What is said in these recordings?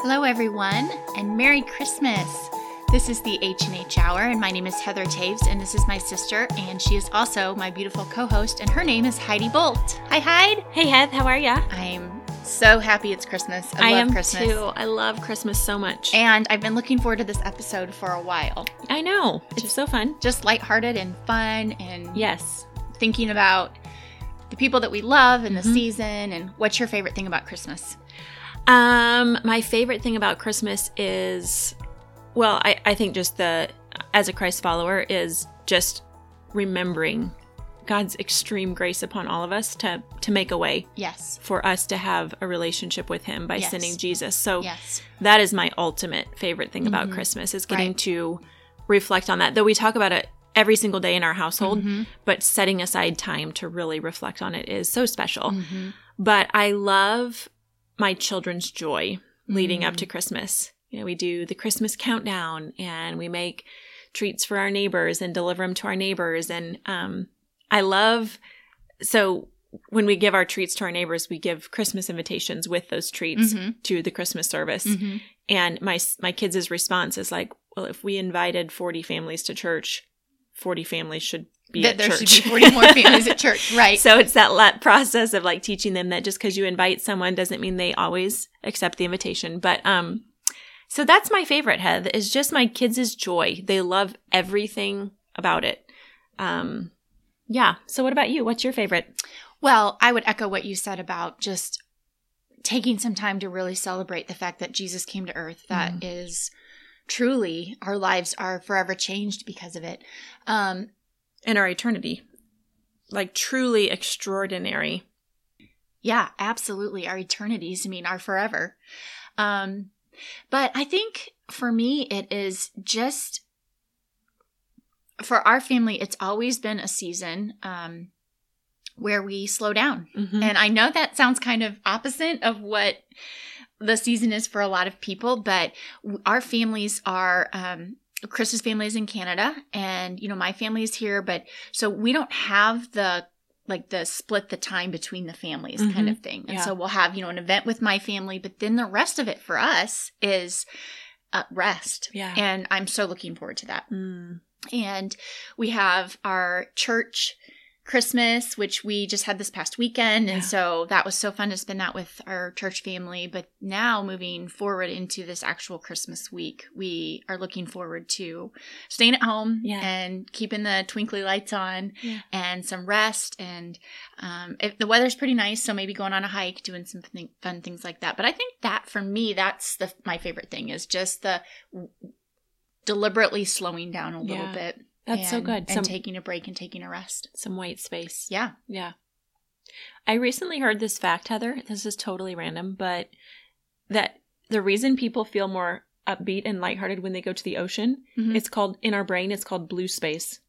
Hello, everyone, and Merry Christmas. This is the H&H Hour, and my name is Heather Taves, and this is my sister, and she is also my beautiful co-host, and her name is Heidi Bolt. Hi, Hyde. Hey, Heath, how are ya? I'm so happy it's Christmas. I, love am Christmas. too. I love Christmas so much. And I've been looking forward to this episode for a while. I know. It's so fun. Just lighthearted and fun and Yes. thinking about the people that we love and the Mhm. season and what's your favorite thing about Christmas? Um, my favorite thing about Christmas is, well, I, I think just the, as a Christ follower, is just remembering God's extreme grace upon all of us to, to make a way Yes. for us to have a relationship with Him by Yes. sending Jesus. So Yes. that is my ultimate favorite thing about Mhm. Christmas is getting Right. to reflect on that. Though we talk about it every single day in our household, Mhm. but setting aside time to really reflect on it is so special. Mhm. But I love my children's joy leading up Mm. to Christmas. You know, we do the Christmas countdown and we make treats for our neighbors and deliver them to our neighbors. And um, I love so when we give our treats to our neighbors, we give Christmas invitations with those treats Mhm. to the Christmas service. Mhm. And my s- my kids' response is like, well, if we invited 40 families to church, 40 families should be That at there church. should be 40 more families at church, right? So it's that la- process of like teaching them that just because you invite someone doesn't mean they always accept the invitation. But um, so that's my favorite head is just my kids' joy. They love everything about it. Um, yeah. So what about you? What's your favorite? Well, I would echo what you said about just taking some time to really celebrate the fact that Jesus came to earth. That is truly our lives are forever changed because of it. Um, In our eternity, like truly extraordinary. yeah, absolutely. Our eternities, I mean, our forever. Um, but I think for me, it is just for our family, it's always been a season um, where we slow down. Mm-hmm. And I know that sounds kind of opposite of what the season is for a lot of people, but w- our families are. Um, Chris's family is in Canada, and you know my family is here, but so we don't have the like the split the time between the families kind of thing. And Mm-hmm. Yeah. so we'll have you know an event with my family, but then the rest of it for us is uh, rest. yeah. And I'm so looking forward to that Mm. and we have our church Christmas, which we just had this past weekend. And Yeah. so that was so fun to spend that with our church family. But now, moving forward into this actual Christmas week, we are looking forward to staying at home Yeah. and keeping the twinkly lights on Yeah. and some rest. And um, if the weather's pretty nice, so maybe going on a hike, doing some th- fun things like that. But I think that for me, that's the my favorite thing is just the w- deliberately slowing down a little Yeah. bit That's so and- good. And Some taking a break and taking a rest. some white space. Yeah. Yeah. I recently heard this fact, Heather. This is totally random, but that the reason people feel more upbeat and lighthearted when they go to the ocean, Mhm. it's called in our brain, it's called blue space.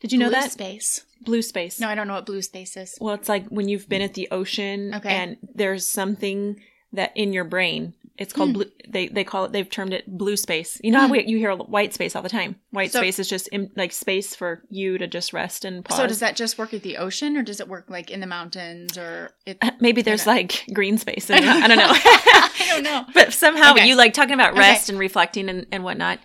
Did you know Blue that? space? blue space. No, I don't know what blue space is. Well, it's like when you've been at the ocean Okay. and there's something that in your brain, it's called Hmm. blue. They they call it. They've termed it blue space. You know how Hmm. we, you hear white space all the time. White So- space is just in, like space for you to just rest and pause. So does that just work at the ocean, or does it work like in the mountains, or it? Maybe there's Okay. like green space. In there. I don't know. I don't know. but somehow Okay. you like talking about Okay. rest and reflecting and, and whatnot.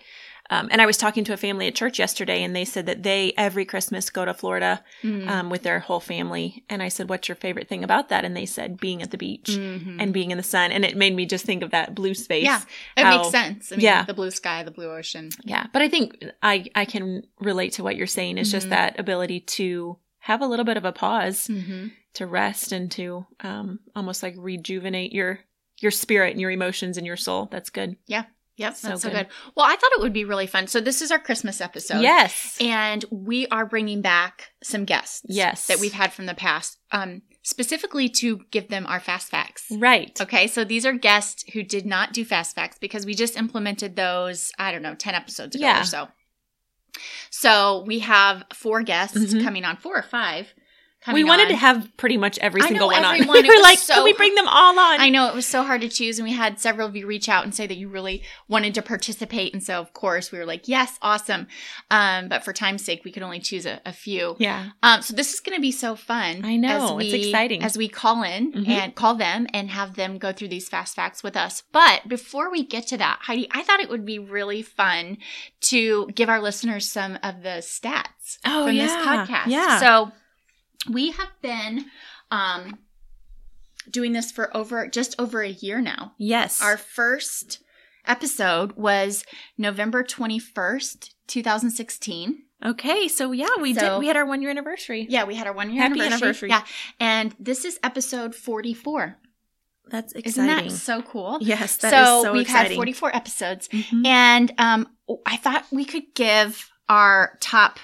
Um, and I was talking to a family at church yesterday, and they said that they every Christmas go to Florida Mm. um, with their whole family. And I said, "What's your favorite thing about that?" And they said, "Being at the beach Mhm. and being in the sun." And it made me just think of that blue space. Yeah. it how- makes sense. I mean, yeah. the blue sky, the blue ocean. Yeah. But I think I I can relate to what you're saying. It's just Mhm. that ability to have a little bit of a pause Mm-hmm. to rest and to um, almost like rejuvenate your your spirit and your emotions and your soul. That's good. Yep, So that's so good. good. Well, I thought it would be really fun. So this is our Christmas episode. yes. And we are bringing back some guests. Yes. That we've had from the past, um, specifically to give them our fast facts. Right. Okay, so these are guests who did not do fast facts because we just implemented those, I don't know, 10 episodes ago Yeah. or so. So we have four guests Mhm. coming on, four or five coming we wanted on. to have pretty much every I single know one on. everyone. We It were was like, so can we bring them all on? I know it was so hard to choose, and we had several of you reach out and say that you really wanted to participate. And so, of course, we were like, yes, awesome. Um, but for time's sake, we could only choose a, a few. Yeah. Um, so this is going to be so fun. I know. It's exciting. As we call in Mhm. and call them and have them go through these fast facts with us. But before we get to that, Heidi, I thought it would be really fun to give our listeners some of the stats Oh, from yeah. this podcast. Yeah. So we have been um, doing this for over just over a year now. yes. Our first episode was November 21st, 2016. okay. So yeah, we So- did. We had our one year anniversary. Yeah, we had our one year Happy anniversary. anniversary. Yeah. And this is episode 44. That's Isn't exciting. that so cool? yes. that is so, so we've exciting. had 44 episodes. Mhm. And um, I thought we could give our top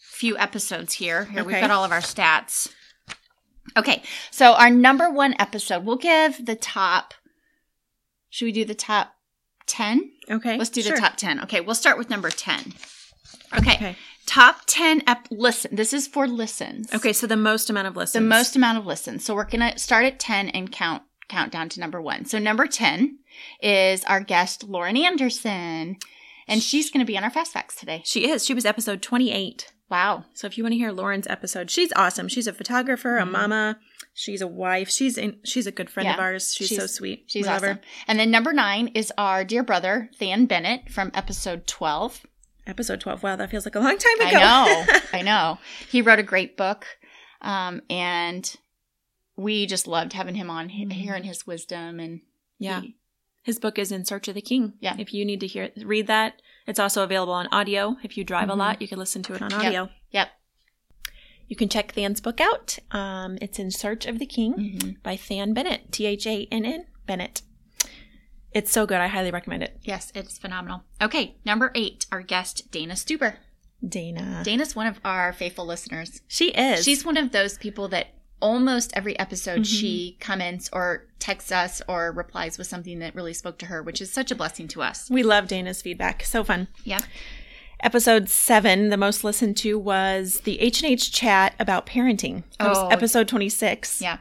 few episodes here. Here we've Okay. got all of our stats. Okay. So our number one episode, we'll give the top. Should we do the top 10? okay. Let's do sure. the top 10. Okay. We'll start with number 10. Okay. Okay. Top 10 ep- listen. This is for listens. Okay. So the most amount of the listens. most amount of listens. So we're gonna start at ten and count count down to number one. So number ten is our guest Lauren Anderson, and she's gonna be on our fast facts today. She is. She was episode 28. Wow, So if you want to hear Lauren's episode, she's awesome. She's a photographer, a Mhm. mama, she's a wife. She's in, she's a good friend of Yeah. ours. She's, so She's- sweet. she's We love her. awesome. And then number nine is our dear brother Than Bennett from episode twelve. Episode 12. Wow, that feels like a long time I ago. know, I know. He wrote a great book, um, and we just loved having him on, he- Mhm. hearing his wisdom and yeah. he- His book is In Search of the King. Yeah. If you need to hear read that, it's also available on audio. If you drive Mhm. a lot, you can listen to it on Yep. audio. yep. You can check Than's book out. Um, it's In Search of the King Mhm. by Than Bennett, T H A N N Bennett. It's so good. I highly recommend it. Yes, it's phenomenal. Okay, number eight, our guest Dana Stuber. Dana. Dana's one of our faithful listeners. she is. She's one of those people that almost every Mm-hmm. episode she comments or texts us or replies with something that really spoke to her, which is such a blessing to us. we love Dana's feedback. So fun. Yeah. Episode seven, the most listened to was the H and H chat about parenting. That was Oh. episode twenty six. Yeah.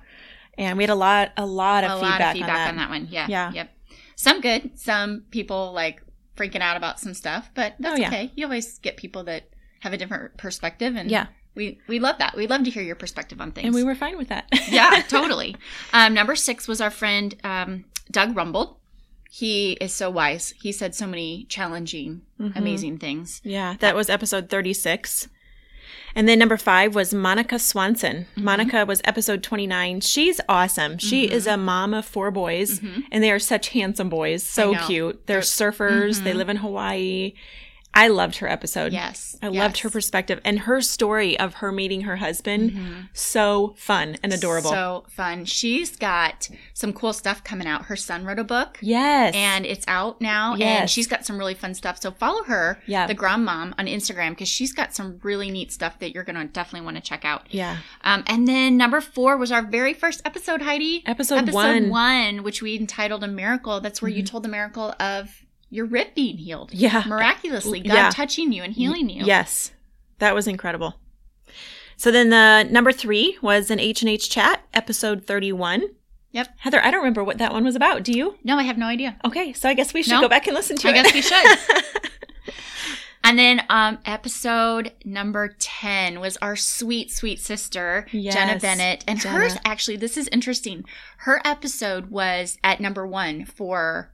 and we had a lot, a lot of A feedback, lot of feedback on that. on that. one. Yeah. Yeah. Yep. Some good, some people like freaking out about some stuff, but that's Oh, yeah. okay. You always get people that have a different perspective and Yeah. we, we love that. We love to hear your perspective on things. and we were fine with that. yeah, totally. Um, number six was our friend um, Doug Rumble. He is so wise. He said so many challenging, Mhm. amazing things. yeah. That was episode thirty six. And then number five was Monica Swanson. Mm-hmm. Monica was episode 29. She's awesome. She is a mom of four boys, and they are such handsome boys. So Mm-hmm. know. Mm-hmm. cute. They're surfers, they live in Hawaii. I loved her episode. Yes, I loved her yes. Mm-hmm. perspective and her story of her meeting her husband. So fun and adorable. So fun. She's got some cool stuff coming out. Her son wrote a book. yes. And it's out now, and Yes. she's got some really fun stuff. So follow her, Yeah. the grandmom, on Instagram because she's got some really neat stuff that you're gonna definitely want to check out. yeah. Um, and then number four was our very first episode, Heidi. Episode one. Mm-hmm. one, which we entitled "A Miracle." That's where you told the miracle of your rib being healed, Yeah. miraculously, God Yeah. touching you and healing you. Yes. That was incredible. So then the number 3 was an H&H chat episode 31. Yep. Heather, I don't remember what that one was about. Do you? No, I have no idea. Okay, so I guess we should No. go back and listen to I it. guess we should. And then um, episode number 10 was our sweet, sweet sister, Jenna Yes, Bennett. And Jenna. hers, actually, this is interesting. Her episode was at number one for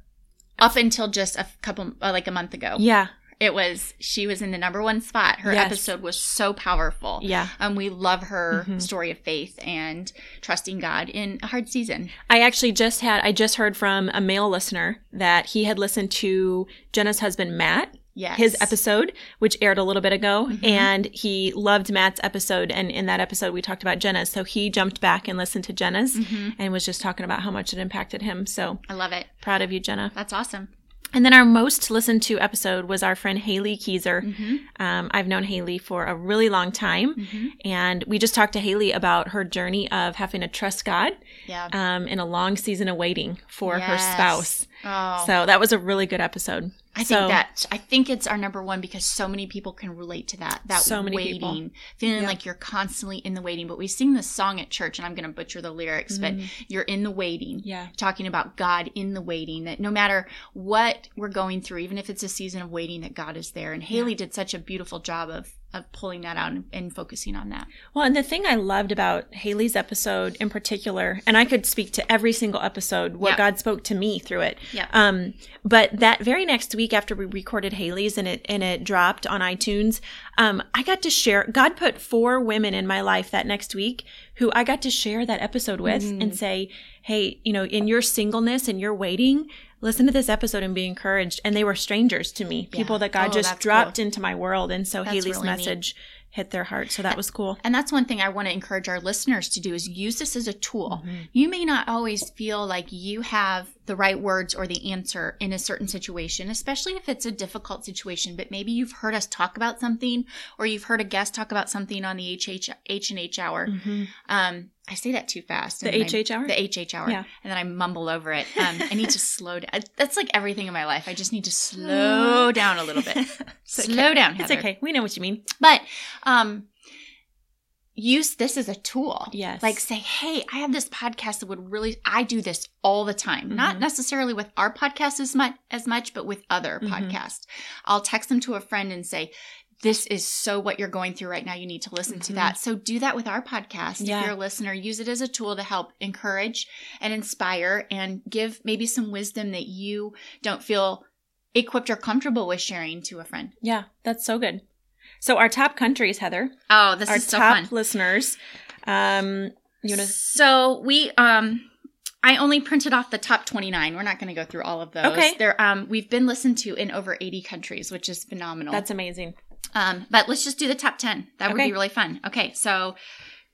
up until just a couple, uh, like a month ago. yeah. It was, she was in the number one spot. Her Yes. episode was so powerful. Yeah. And Um, we love her Mhm. story of faith and trusting God in a hard season. I actually just had I just heard from a male listener that he had listened to Jenna's husband Matt Yes. his episode, which aired a little bit ago, Mhm. and he loved Matt's episode. And in that episode, we talked about Jenna's. So he jumped back and listened to Jenna's Mhm. and was just talking about how much it impacted him. So I love it. proud of you, Jenna. That's awesome. And then our most listened to episode was our friend Haley Keyser. hmm Um, I've known Haley for a really long time. hmm And we just talked to Haley about her journey of having to trust God Yeah. um, in a long season of waiting for her Yes. spouse. Oh. So that was a really good episode. I Um, So- think that I think it's our number one because so many people can relate to that. That So many waiting, people. feeling Yeah. like you're constantly in the waiting. But we sing this song at church, and I'm going to butcher the lyrics, but Mm-hmm. you're in the waiting. yeah. Talking about God in the waiting, that no matter what we're going through, even if it's a season of waiting, that God is there. And Haley did such a beautiful job of of pulling that out and, and focusing on that. Well, and the thing I loved about Haley's episode in particular, and I could speak to every single episode what Yeah. God spoke to me through it. Yeah. Um, but that very next week after we recorded Haley's and it and it dropped on iTunes, um, I got to share. God put four women in my life that next week who I got to share that episode with Hmm. and say, "Hey, you know, in your singleness and your waiting." Listen to this episode and be encouraged. And they were strangers to me, people that God Oh, just that's dropped into my world. And so Haley's really neat. message hit their heart. So that was cool. And that's one thing I want to encourage our listeners to do is use this as a tool. You may not always feel like you have the right words or the answer in a certain situation, especially if it's a difficult situation, but maybe you've heard us talk about something or you've heard a guest talk about something on the HH, H&H hour. Um, I say that too fast. Mm-hmm. The and then I- HH hour? The HH hour. Yeah. And then I mumble over it. Um, I need to slow down. That's like everything in my life. I just need to slow down a little bit. slow down, It's Heather. okay. We know what you mean. But um use this as a tool. Yes. Like say, hey, I have this podcast that would really I do this all the time. Not Mhm. necessarily with our podcast as much as much, but with other Mhm. podcasts. I'll text them to a friend and say, This is so what you're going through right now. You need to listen to Mhm. that. So do that with our podcast. Yeah. If you're a listener, use it as a tool to help encourage and inspire and give maybe some wisdom that you don't feel equipped or comfortable with sharing to a friend. Yeah, that's so good. So our top countries, Heather, Oh, this our is so top fun. listeners. Um, you want So we um I only printed off the top 29. We're not going to go through all of those. Okay. They're um we've been listened to in over 80 countries, which is phenomenal. that's amazing. um but let's just do the top 10. That would Okay. be really fun. Okay. So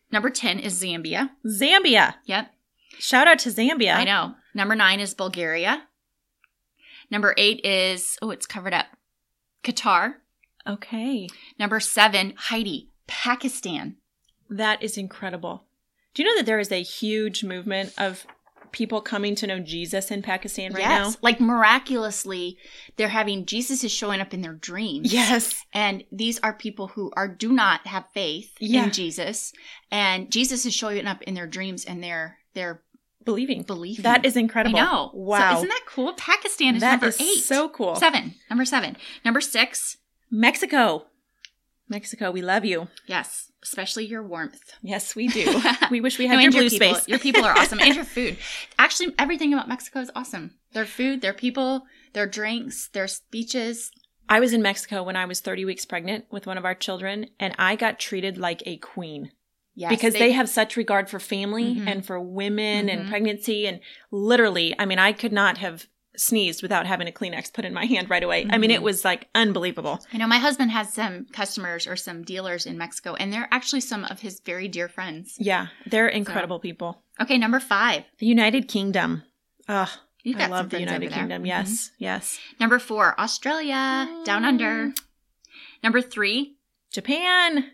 number 10 is Zambia. Zambia. Yep. Shout out to Zambia. I know. Number 9 is Bulgaria. Number 8 is oh, it's covered up. Qatar. Okay, Number 7, Haiti, Pakistan. that is incredible. Do you know that there is a huge movement of people coming to know Jesus in Pakistan right now? Like miraculously, they're having Jesus is showing up in their dreams. Yes. And these are people who are do not have faith Yeah. in Jesus, and Jesus is showing up in their dreams and their their Believing. belief. That is I incredible. know. So Wow. isn't that cool? Pakistan is That number is eight. so cool. Seven. Number seven. Number six. Mexico. Mexico, we love you. Yes, especially your warmth. Yes, we do. we wish we had No, your and blue people, space. Your people are awesome, and your food. Actually, everything about Mexico is awesome. Their food, their people, their drinks, their speeches. I was in Mexico when I was 30 weeks pregnant with one of our children, and I got treated like a queen Yes, because they, have such regard for family Mhm. and for women and Mhm. pregnancy. And literally, I mean, I could not have sneezed without having a Kleenex put in my hand right away. I mean, Mhm. it was like unbelievable. I know my husband has some customers or some dealers in Mexico, and they're actually some of his very dear friends. Yeah, they're incredible people. Okay, number five. The United Kingdom. Ugh, You've I got love some the friends United over there. Kingdom. Mhm. Yes, Mm-hmm. yes. Number four, Australia, down under. Number three, Japan.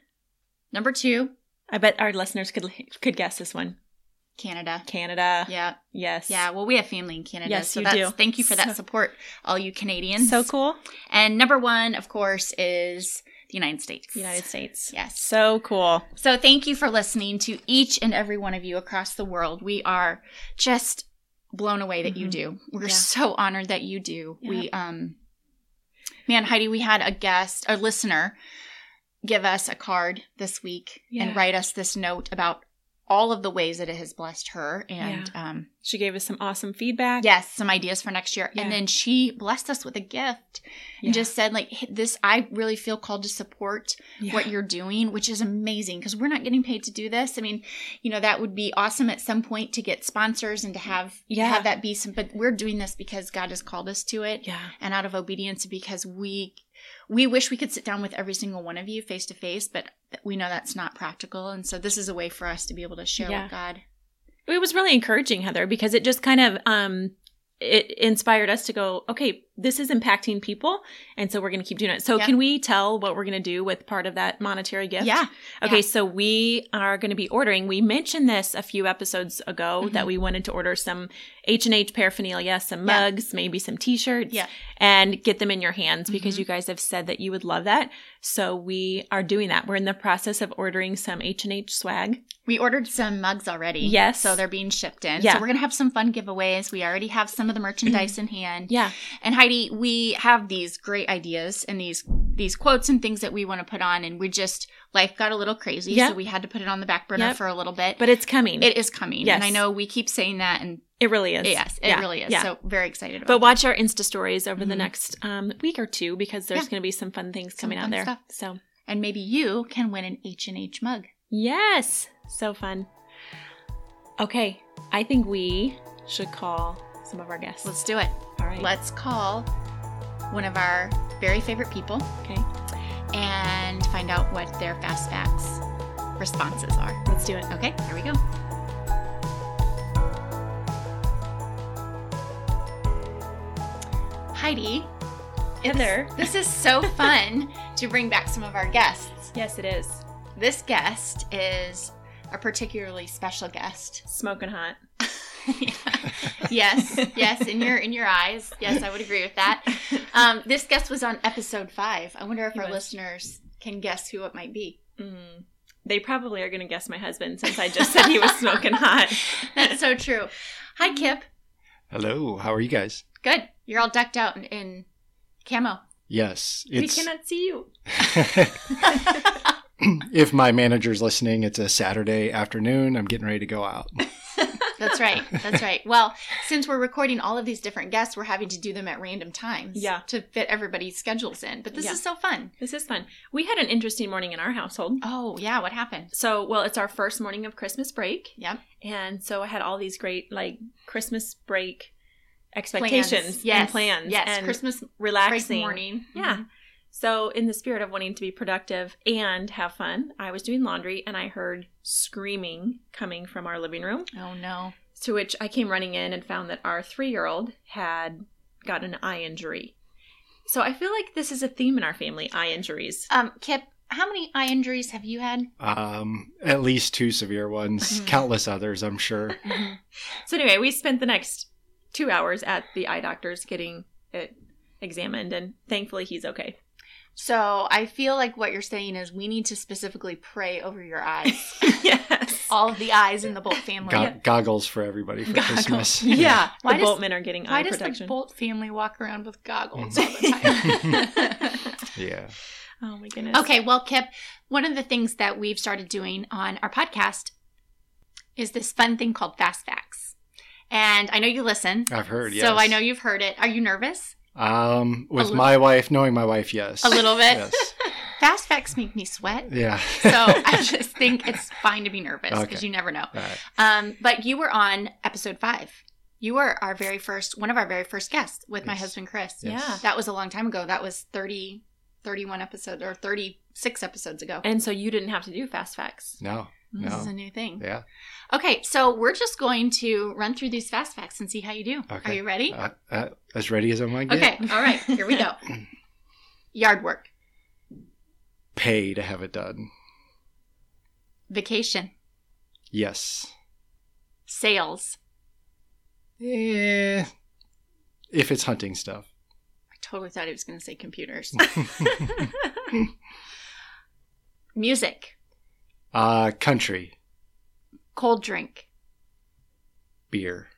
number two, I bet our listeners could could guess this one. Canada. Canada. Yeah, Yes. yeah. Well, we have family in Canada, Yes, so you that's do. thank you for that So- support, all you Canadians. So cool. And number one, of course, is the United States. United States. Yes. So cool. So thank you for listening to each and every one of you across the world. We are just blown away that you Mhm. do. We're Yeah. so honored that you do. Yeah. We um man, Heidi, we had a guest, a listener give us a card this week Yeah. and write us this note about all of the ways that it has blessed her and um She gave us some awesome feedback. yes, some ideas for next year. Yeah. And then she blessed us with a gift Yeah. and just said like "Hey, this I really feel called to support Yeah. what you're doing, which is amazing because we're not getting paid to do this. I mean, you know, that would be awesome at some point to get sponsors and to have Yeah. have that be some but we're doing this because God has called us to it Yeah. and out of obedience because we we wish we could sit down with every single one of you face to face, but we know that's not practical. And so this is a way for us to be able to share Yeah. with God. It was really encouraging, Heather, because it just kind of um it inspired us to go, okay, this is impacting people and so we're going to keep doing it so Yeah. can we tell what we're going to do with part of that monetary gift Yeah. okay yeah. so we are going to be ordering we mentioned this a few episodes ago that we wanted to order some h&h paraphernalia some Mm-hmm. Yeah. mugs maybe some t-shirts Yeah. and get them in your hands because Mhm. you guys have said that you would love that so we are doing that we're in the process of ordering some h&h swag We ordered some mugs already. Yes. So they're being shipped in. Yeah. So we're going to have some fun giveaways. We already have some of the merchandise in hand. yeah And Heidi, we have these great ideas and these these quotes and things that we want to put on and we just life got a little crazy Yeah. so we had to put it on the back burner Yep. for a little bit. but it's coming it is coming. Yes. And I know we keep saying that and It really is. yes, it Yeah. really is. Yeah. So very excited about but that. watch our Insta stories over the Mhm. next um, week or two because there's Yeah. going to be some fun things Some coming out fun there. stuff. So, and maybe you can win an H&H mug. yes, so fun. Okay, I think we should call some of our guests. Let's do it. All right. Let's call one of our very favorite people okay, and find out what their fast facts responses are. let's do it. Okay, here we go. Heidi, it's- Heather. This is so fun to bring back some of our guests. Yes, it is. This guest is a particularly special guest. Smoking hot. yes, yes, in your in your eyes. Yes, I would agree with that. Um, this guest was on episode five. I wonder if He our was. listeners can guess who it might be. Mm. They probably are going to guess my husband since I just said he was smoking hot. That's so true. Hi, Kip. Hello, how are you guys? Good. You're all decked out in, in camo. Yes, we it's cannot see you. if my manager's listening, it's a Saturday afternoon. I'm getting ready to go out. That's right. That's right. Well, since we're recording all of these different guests, we're having to do them at random times. Yeah. To fit everybody's schedules in. But this Yeah. is so fun. This is fun. We had an interesting morning in our household. Oh yeah, what happened? So, well, it's our first morning of Christmas break. Yep. And so I had all these great like Christmas break expectations Plans. Yes. and plans Yes. and Christmas break relaxing. morning. Mm-hmm. Yeah. So in the spirit of wanting to be productive and have fun, I was doing laundry and I heard screaming coming from our living room, Oh no. to which I came running in and found that our 3-year-old had gotten an eye injury. So I feel like this is a theme in our family, eye injuries. Um, Kip, how many eye injuries have you had? Um, at least two severe ones, Mhm. countless others, I'm sure. Mm-hmm. So anyway, we spent the next two hours at the eye doctor's getting it examined, and thankfully he's okay. So I feel like what you're saying is we need to specifically pray over your eyes. yes. All of the eyes in the Bolt family. Go- Goggles for everybody for Goggles. Christmas. Yeah. Why the does- bolt men are getting Why eye does the protection. Bolt family walk around with goggles all Mm. the time? Yeah. oh my goodness. Okay, well, Kip, one of the things that we've started doing on our podcast is this fun thing called Fast Facts. And I know you listen. I've heard. Yes. So I know you've heard it. Are you nervous? Um, A with li- my wife, knowing my wife, yes. A little bit. Yes. Fast Facts make me sweat. Yeah. So I just think it's fine to be nervous because Okay. you never know. All right. Um, but you were on episode five. You were our very first, one of our very first guests with my Yes. husband, Chris. Yes. Yeah. That was a long time ago. That was 30, 31 episodes or 36 episodes ago. And so you didn't have to do fast facts. No. this No. is a new thing. Yeah. Okay, so we're just going to run through these fast facts and see how you do. Okay. Are you ready? Uh, uh, as ready as I might get. okay, all right, here we go. Yard work, Pay to have it done. vacation, Yes. sales. Eh, if it's hunting stuff. I totally thought he was going to say computers. Music, uh, country, cold drink, beer,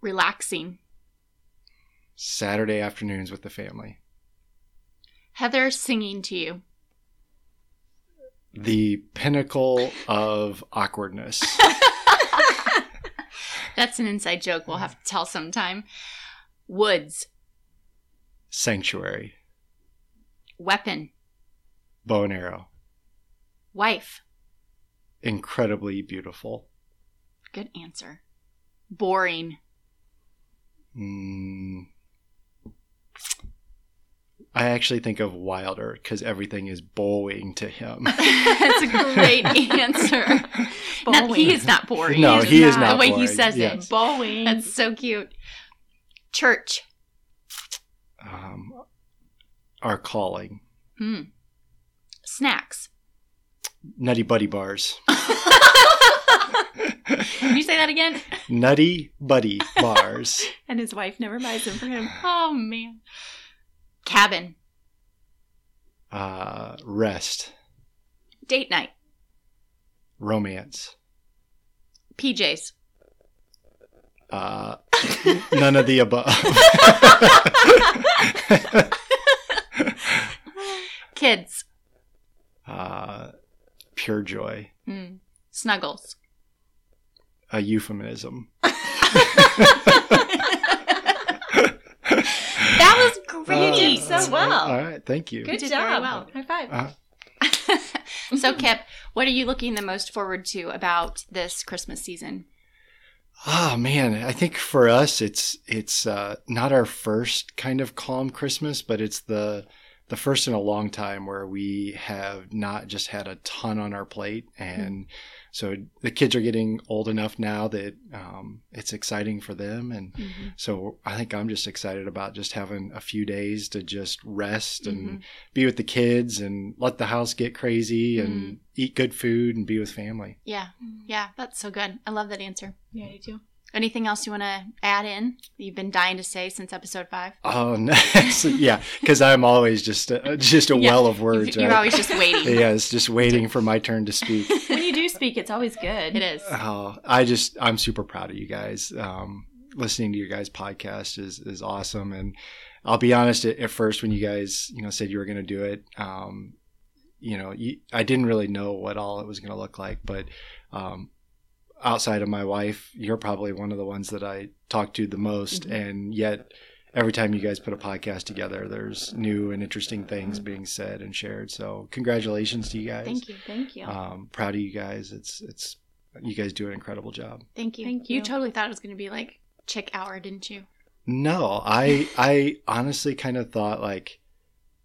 relaxing. Saturday afternoons with the family. Heather singing to you. The pinnacle of awkwardness. That's an inside joke we'll have to tell sometime. Woods, Sanctuary, weapon, bow and arrow. wife. Incredibly beautiful. Good answer. Boring. Mm. I actually think of Wilder because everything is bowing to him. That's a great answer. Not- he is not boring. No, just he is not The way he boring, says yes. it. Bowling. That's so cute. Church. um, are calling Hmm. Snacks. nutty buddy bars. Can you say that again? nutty buddy bars. And his wife never buys them for him. Oh man. Cabin. Uh, rest, Date night. romance. PJs. Uh, none of the above. Kids. uh, pure joy, Hmm. Snuggles. a euphemism. That was great. You Uh, did uh, so All well. right, thank you. Good did job. very well. High five. Uh, well. so, Kip, what are you looking the most forward to about this Christmas season? Oh man, I think for us it's it's uh, not our first kind of calm Christmas, but it's the the first in a long time where we have not just had a ton on our plate, and so the kids are getting old enough now that um, it's exciting for them, and so I think I'm just excited about just having a few days to just rest and be with the kids and let the house get crazy and eat good food and be with family. Yeah, yeah, that's so good. I love that answer. Yeah, you too. Anything else you want to add in that you've been dying to say since episode five? Oh, nice. yeah, because I'm always just a, just a Yeah. well of You- words, You're right? always just waiting. yeah, it's just waiting for my turn to speak. When you do speak, it's always good. It is. Oh, I just I'm super proud of you guys. Um, listening to your guys' podcast is is awesome, and I'll be honest. At, at first, when you guys you know said you were going to do it, um, you know, you, I didn't really know what all it was going to look like, but um, outside of my wife, you're probably one of the ones that I talk to the most, Mhm. and yet. Every time you guys put a podcast together, there's new and interesting things being said and shared. So, congratulations to you guys. Thank you. Thank you. Um, proud of you guys. It's it's you guys do an incredible job. Thank you. Thank you. you. totally thought it was going to be like chick hour, didn't you? No, I I honestly kind of thought like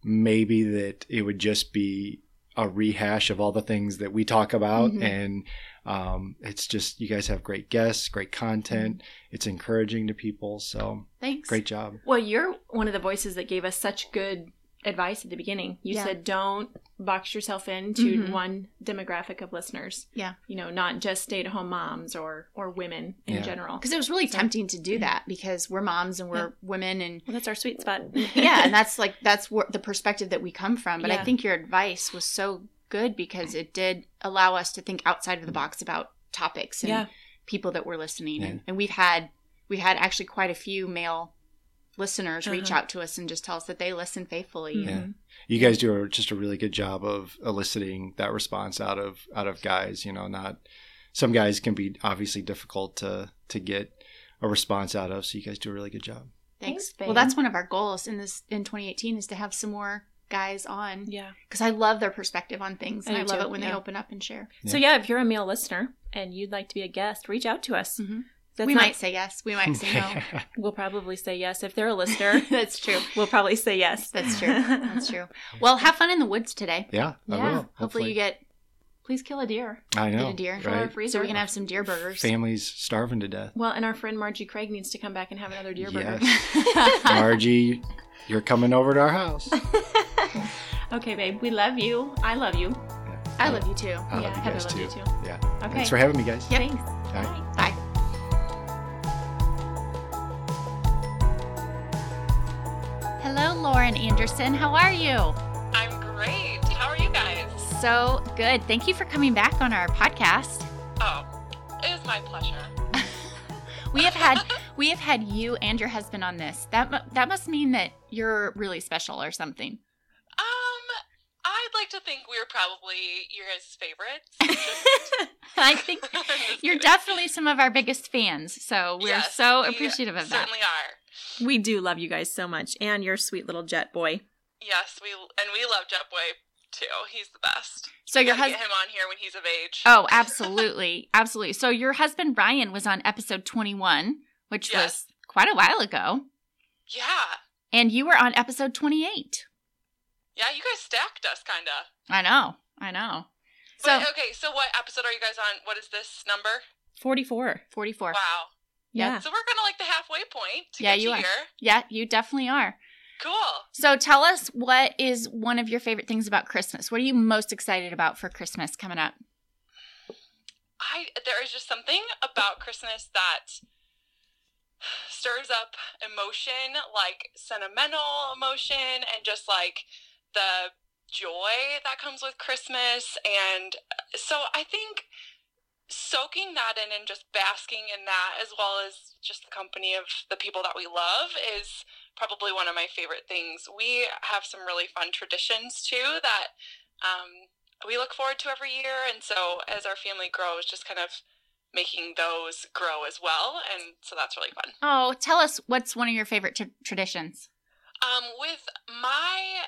maybe that it would just be a rehash of all the things that we talk about Mhm. and um, it's just you guys have great guests, great content. It's encouraging to people, so Thanks. great job. Well, you're one of the voices that gave us such good advice at the beginning. You Yeah. said don't box yourself into Mhm. one demographic of listeners. Yeah. You know, not just stay-at-home moms or or women in Yeah. general. Because it was really So- tempting to do that because we're moms and we're women and Well, that's our sweet spot. yeah, and that's like that's where the perspective that we come from. But I Yeah. think your advice was so good because it did allow us to think outside of the box about topics and Yeah. people that were listening. Yeah. And, and we've had we've had actually quite a few male listeners reach Uh-huh. out to us and just tell us that they listen faithfully. Mhm. Yeah. You guys do a, just a really good job of eliciting that response out of out of guys, you know, not some guys can be obviously difficult to to get a response out of, so you guys do a really good job. Thanks. Thanks, well, babe. that's one of our goals in this in 2018 is to have some more guys on Yeah. because I love their perspective on things I and I, do love too, it when they yeah. open up and share. So yeah, if you're a male listener and you'd like to be a guest, reach out to us. Mhm. That's we not- might say yes. We might say no. we'll probably say yes if they're a listener. That's true. we'll probably say yes. That's true. That's true. Well, have fun in the woods today. yeah, I will. Yeah. Hopefully, you get Please kill a deer. I know. get a deer right? so we can have some deer burgers. Families starving to death. Well, and our friend Margie Craig needs to come back and have another deer burger. Yes. Margie, you're coming over to our house. Okay, babe. We love you. I love you. I love you too. I love yeah, you Heather guys loves too. you too. Yeah. Okay. Thanks for having me, guys. Yep. Thanks. All right. Bye. Hello, Lauren Anderson. How are you? I'm great. How are you guys? So good. Thank you for coming back on our podcast. Oh, it is my pleasure. We have had we have had you and your husband on this. That mu- that must mean that you're really special or something. Um, I'd like to think we're probably your guys' favorites. Just- I think just you're kidding. definitely some of our biggest fans. So we're Yes, so we appreciative of that. Certainly are. We do love you guys so much, and your sweet little jet boy. Yes, we and we love Jetboy too. He's the best. So your Gotta husband get him on here when he's of age. Oh, absolutely. absolutely. So your husband Ryan was on episode 21, which was Yes. quite a while ago, Yeah, and you were on episode 28. yeah. You guys stacked us, kinda. I know. I know. So But, okay, so what episode are you guys on? What is this number? Forty-four. 44. Wow. Yeah. So we're kind of like the halfway point. To Yeah, get you to are. Here. Yeah, you definitely are. Cool. So tell us what is one of your favorite things about Christmas? What are you most excited about for Christmas coming up? I there is just something about Christmas that stirs up emotion, like sentimental emotion, and just like the joy that comes with Christmas. And so I think soaking that in and just basking in that, as well as just the company of the people that we love, is probably one of my favorite things. We have some really fun traditions too that um, we look forward to every year. And so as our family grows, just kind of making those grow as well. And so that's really fun. Oh, tell us what's one of your favorite t- traditions? Um, with my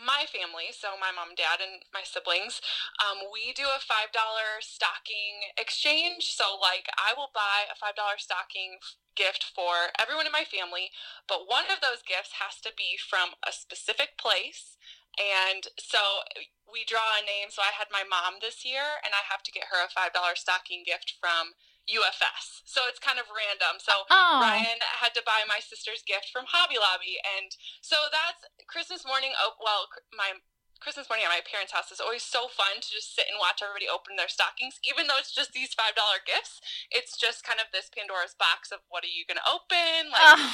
my family, so my mom, dad, and my siblings, um, we do a five dollar stocking exchange. So like, I will buy a five dollar stocking gift for everyone in my family, but one of those gifts has to be from a specific place. And so we draw a name. So I had my mom this year, and I have to get her a $5 stocking gift from UFS. So it's kind of random. So Oh, Ryan had to buy my sister's gift from Hobby Lobby. And so that's Christmas morning. Oh, well, cr- my Christmas morning at my parents' house is always so fun to just sit and watch everybody open their stockings. Even though it's just these $5 gifts, it's just kind of this Pandora's box of what are you going to open? Like, Oh,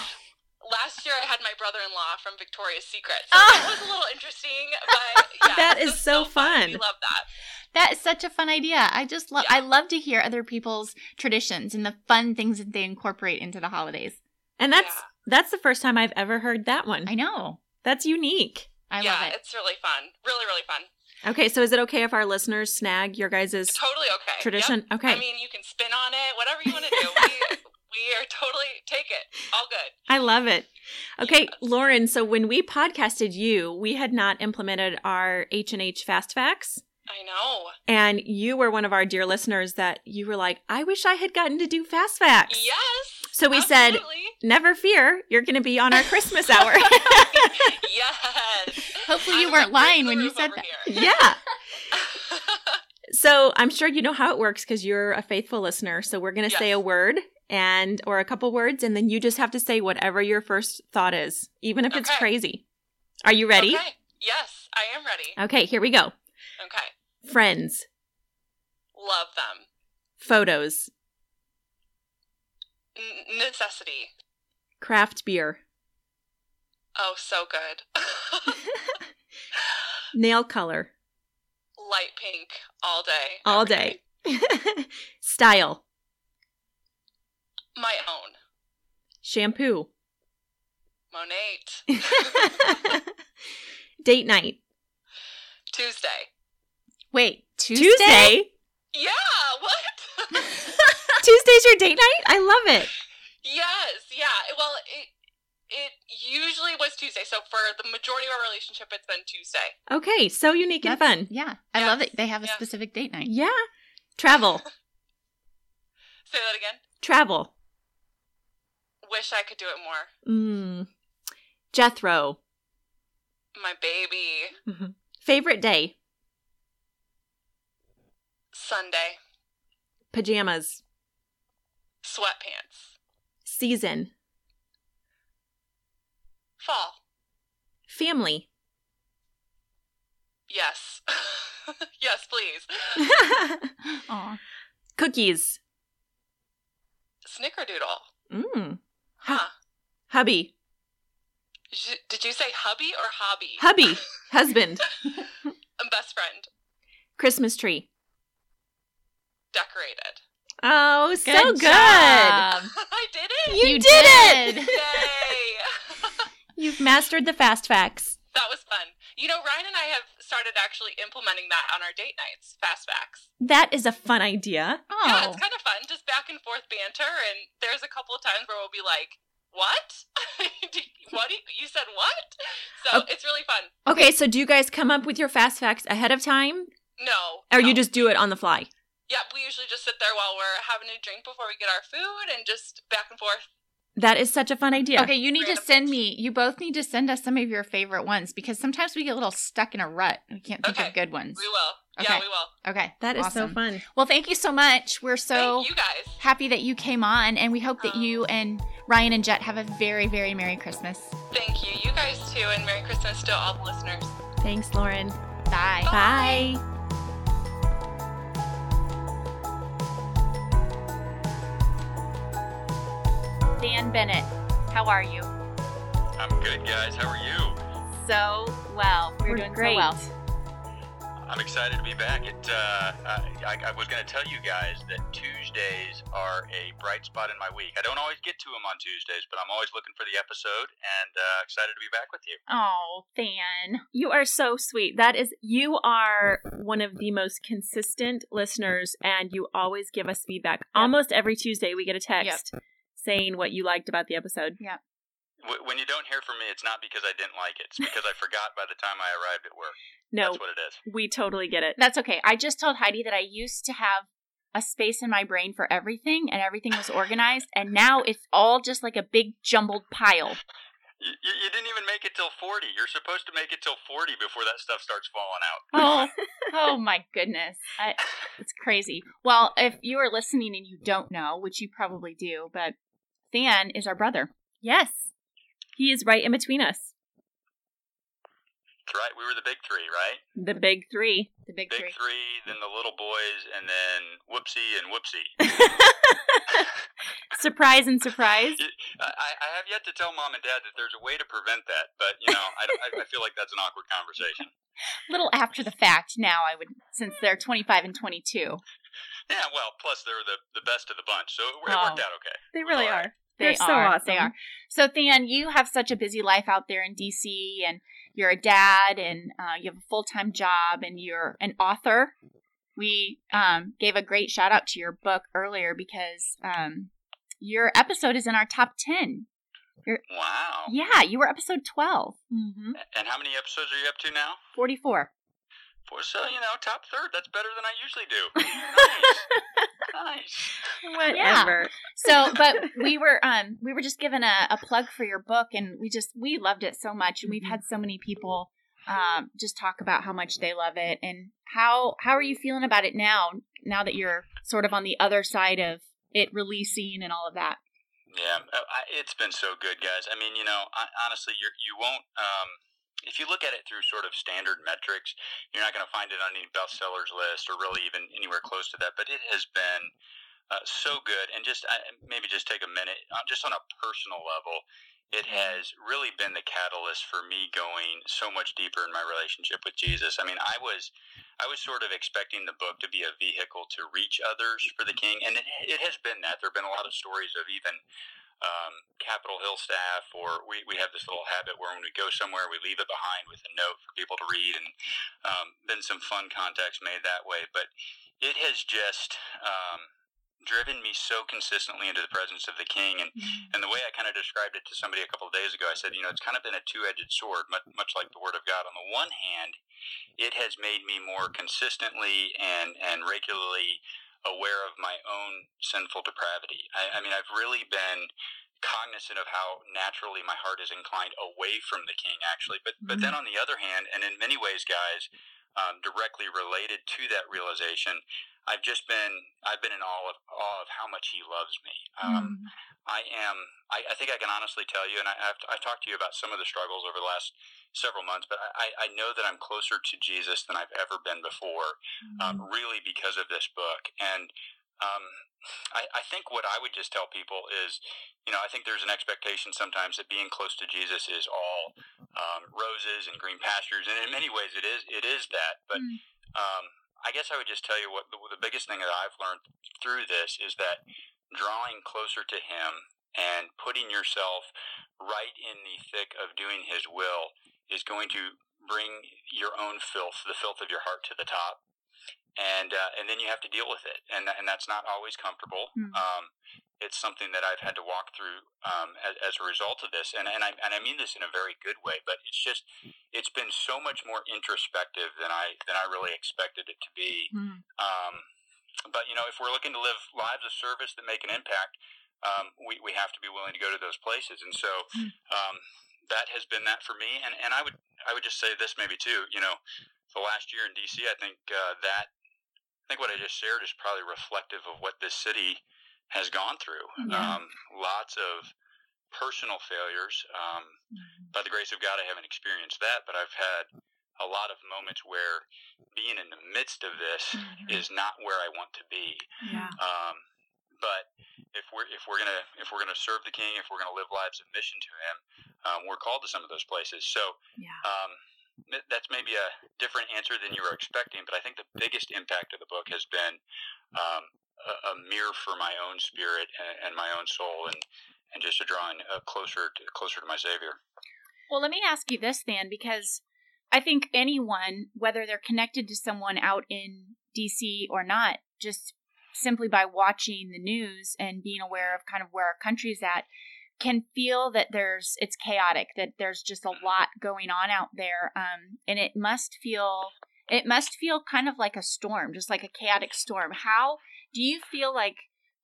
last year I had my brother-in-law from Victoria's Secret. So that Ah. was a little interesting, but yeah, That is it's just so fun. We love that. that is such a fun idea. I just love I love to hear other people's traditions and the fun things that they incorporate into the holidays. And that's Yeah. that's the first time I've ever heard that one. I know. That's unique. I yeah, love it. it's really fun. Really, really fun. Okay, so is it okay if our listeners snag your guys' Totally okay. Yep. tradition? Okay. I mean, you can spin on it, whatever you want to do. We, we are totally take it. All good. I love it. Okay, Yes. Lauren, so when we podcasted you, we had not implemented our H&H fast facts. I know. And you were one of our dear listeners that you were like, I wish I had gotten to do fast facts. Yes. So we said- absolutely. Never fear, you're going to be on our Christmas hour. yes. Hopefully you I'm weren't gonna raise lying the when you roof said over that. here. yeah. So I'm sure you know how it works because you're a faithful listener. So we're going to Yes. say a word and or a couple words, and then you just have to say whatever your first thought is, even if it's Okay. crazy. Are you ready? Okay. Yes, I am ready. Oh. okay, here we go. Okay. Friends, Love them. photos, N- necessity. craft beer, Oh, so good. nail color, light pink all day. all every day, style, My own. shampoo, Monate. date night, Tuesday. Wait, Tuesday? Tuesday. Yeah, what? Tuesday's your date night? I love it. yes, yeah. Well, it it usually was Tuesday. So for the majority of our relationship it's been Tuesday. Okay, so unique and That's- fun. Yeah. I Yes. love that they have a Yeah. specific date night. Yeah. Travel, Say that again. travel. Wish I could do it more. Mm. Jethro. My baby. Favorite day? Sunday. Pajamas. Sweatpants. Season. Fall. Family. Yes. yes, please. Aw. Cookies. Snickerdoodle. Mm. Huh. Hubby. J- Did you say hubby or hobby? Hubby. Husband. Best friend. Christmas tree. Decorated. Oh, so good. job. I did it. Um, You, You did, did. it. Yay! You've mastered the fast facts. that was fun. You know, Ryan and I have started actually implementing that on our date nights, fast facts. That is a fun idea. Oh. Yeah, it's kind of fun, just back and forth banter. And there's a couple of times where we'll be like, "What? what? do You you said what?" So it's really fun. Okay, so do you guys come up with your fast facts ahead of time No, or no. you just do it on the fly? Yeah, we usually just sit there while we're having a drink before we get our food, and just back and forth. That is such a fun idea. Okay, you need to Random send ones. me. You both need to send us some of your favorite ones because sometimes we get a little stuck in a rut. We can't think Okay. of good ones. We will. Yeah, Okay. we will. Okay, That is awesome. so fun. Well, thank you so much. We're so Thank you guys. happy that you came on, and we hope that you and Ryan and Jet have a very, very Merry Christmas. Thank you. You guys too, and Merry Christmas to all the listeners. Thanks, Lauren. Bye. Bye. Dan Bennett, how are you? I'm good, guys. How are you? So well. We're, doing so well. I'm excited to be back. It, uh, I, I, I was going to tell you guys that Tuesdays are a bright spot in my week. I don't always get to them on Tuesdays, but I'm always looking for the episode and uh, excited to be back with you. Oh, Dan. You are so sweet. That is, you are one of the most consistent listeners, and you always give us feedback. Almost every Tuesday, we get a text saying what you liked about the episode. Wh- When you don't hear from me, it's not because I didn't like it. It's because I forgot by the time I arrived at work. No, That's what it is. we totally get it. That's okay. I just told Heidi that I used to have a space in my brain for everything and everything was organized and now it's all just like a big jumbled pile. You, you, you didn't even make it till 40. You're supposed to make it till 40 before that stuff starts falling out. Oh, oh my goodness. I, it's crazy. Well, if you are listening and you don't know, which you probably do, but Than is our brother. Yes. He is right in between us. That's right. We were the big three, right? The big three. The big Big three. three, then the little boys, and then whoopsie and whoopsie. surprise and surprise. You- I, I have yet to tell mom and dad that there's a way to prevent that, but you know, I, don't- I, I feel like that's an awkward conversation. little after the fact now, I would, since they're 25 and 22. Yeah, well, plus they're the, the best of the bunch, so it, it worked Oh. out okay. They really are. They They're so are. They awesome. are. So, Than, you have such a busy life out there in DC, and you're a dad, and uh, you have a full time job, and you're an author. We um, gave a great shout out to your book earlier because um, your episode is in our top 10. Wow. Yeah, you were episode 12, Mm-hmm. And how many episodes are you up to now? 44. Well, so you know, top third. That's better than I usually do. Nice. nice. Whatever. So, but we were um we were just given a, a plug for your book, and we just we loved it so much, and we've had so many people um just talk about how much they love it, and how how are you feeling about it now? Now that you're sort of on the other side of it releasing and all of that. Yeah, uh, I, it's been so good, guys. I mean, you know, I, honestly, you you won't. Um, if you look at it through sort of standard metrics, you're not going to find it on any bestsellers list or really even anywhere close to that. But it has been uh, so good, and just I, maybe just take a minute, uh, just on a personal level, it has really been the catalyst for me going so much deeper in my relationship with Jesus. I mean, I was, I was sort of expecting the book to be a vehicle to reach others for the King, and it, it has been that. There have been a lot of stories of even um, Capitol Hill staff, or we, we have this little habit where when we go somewhere, we leave it behind with a note for people to read, and um, been some fun contacts made that way. But it has just um, driven me so consistently into the presence of the King, and and the way I kind of described it to somebody a couple of days ago, I said, you know, it's kind of been a two-edged sword, much, much like the Word of God. On the one hand, it has made me more consistently and and regularly aware of my own sinful depravity. I, I mean, I've really been cognizant of how naturally my heart is inclined away from the King, actually. But but then on the other hand, and in many ways, guys, um, directly related to that realization. I've just been I've been in awe of awe of how much he loves me. Um, I am. I, I think I can honestly tell you, and I, I've, I've talked to you about some of the struggles over the last several months, but I, I I know that I'm closer to Jesus than I've ever been before, um, really because of this book. And um, I, I think what I would just tell people is, you know, I think there's an expectation sometimes that being close to Jesus is all um, roses and green pastures, and in many ways it is. It is that, but. Mm. Um, I guess I would just tell you what the, the biggest thing that I've learned through this is that drawing closer to him and putting yourself right in the thick of doing his will is going to bring your own filth, the filth of your heart to the top. And, uh, and then you have to deal with it. And, and that's not always comfortable. Hmm. Um, it's something that I've had to walk through um, as, as a result of this. And, and, I, and I mean this in a very good way, but it's just, it's been so much more introspective than I, than I really expected it to be. Um, but you know, if we're looking to live lives of service that make an impact, um, we we have to be willing to go to those places. And so um, that has been that for me. And and I would I would just say this maybe too. You know, the last year in DC, I think uh, that I think what I just shared is probably reflective of what this city has gone through. Yeah. Um, lots of personal failures. Um, by the grace of God, I haven't experienced that, but I've had a lot of moments where being in the midst of this is not where I want to be. Yeah. Um, but if we're if we're gonna if we're gonna serve the King, if we're gonna live lives of mission to Him, um, we're called to some of those places. So Yeah. um, th- that's maybe a different answer than you were expecting. But I think the biggest impact of the book has been um, a, a mirror for my own spirit and, and my own soul, and and just a drawing uh, closer to, closer to my Savior. Well, let me ask you this then, because I think anyone, whether they're connected to someone out in DC or not, just simply by watching the news and being aware of kind of where our country's at, can feel that there's it's chaotic, that there's just a lot going on out there, um, and it must feel it must feel kind of like a storm, just like a chaotic storm. How do you feel like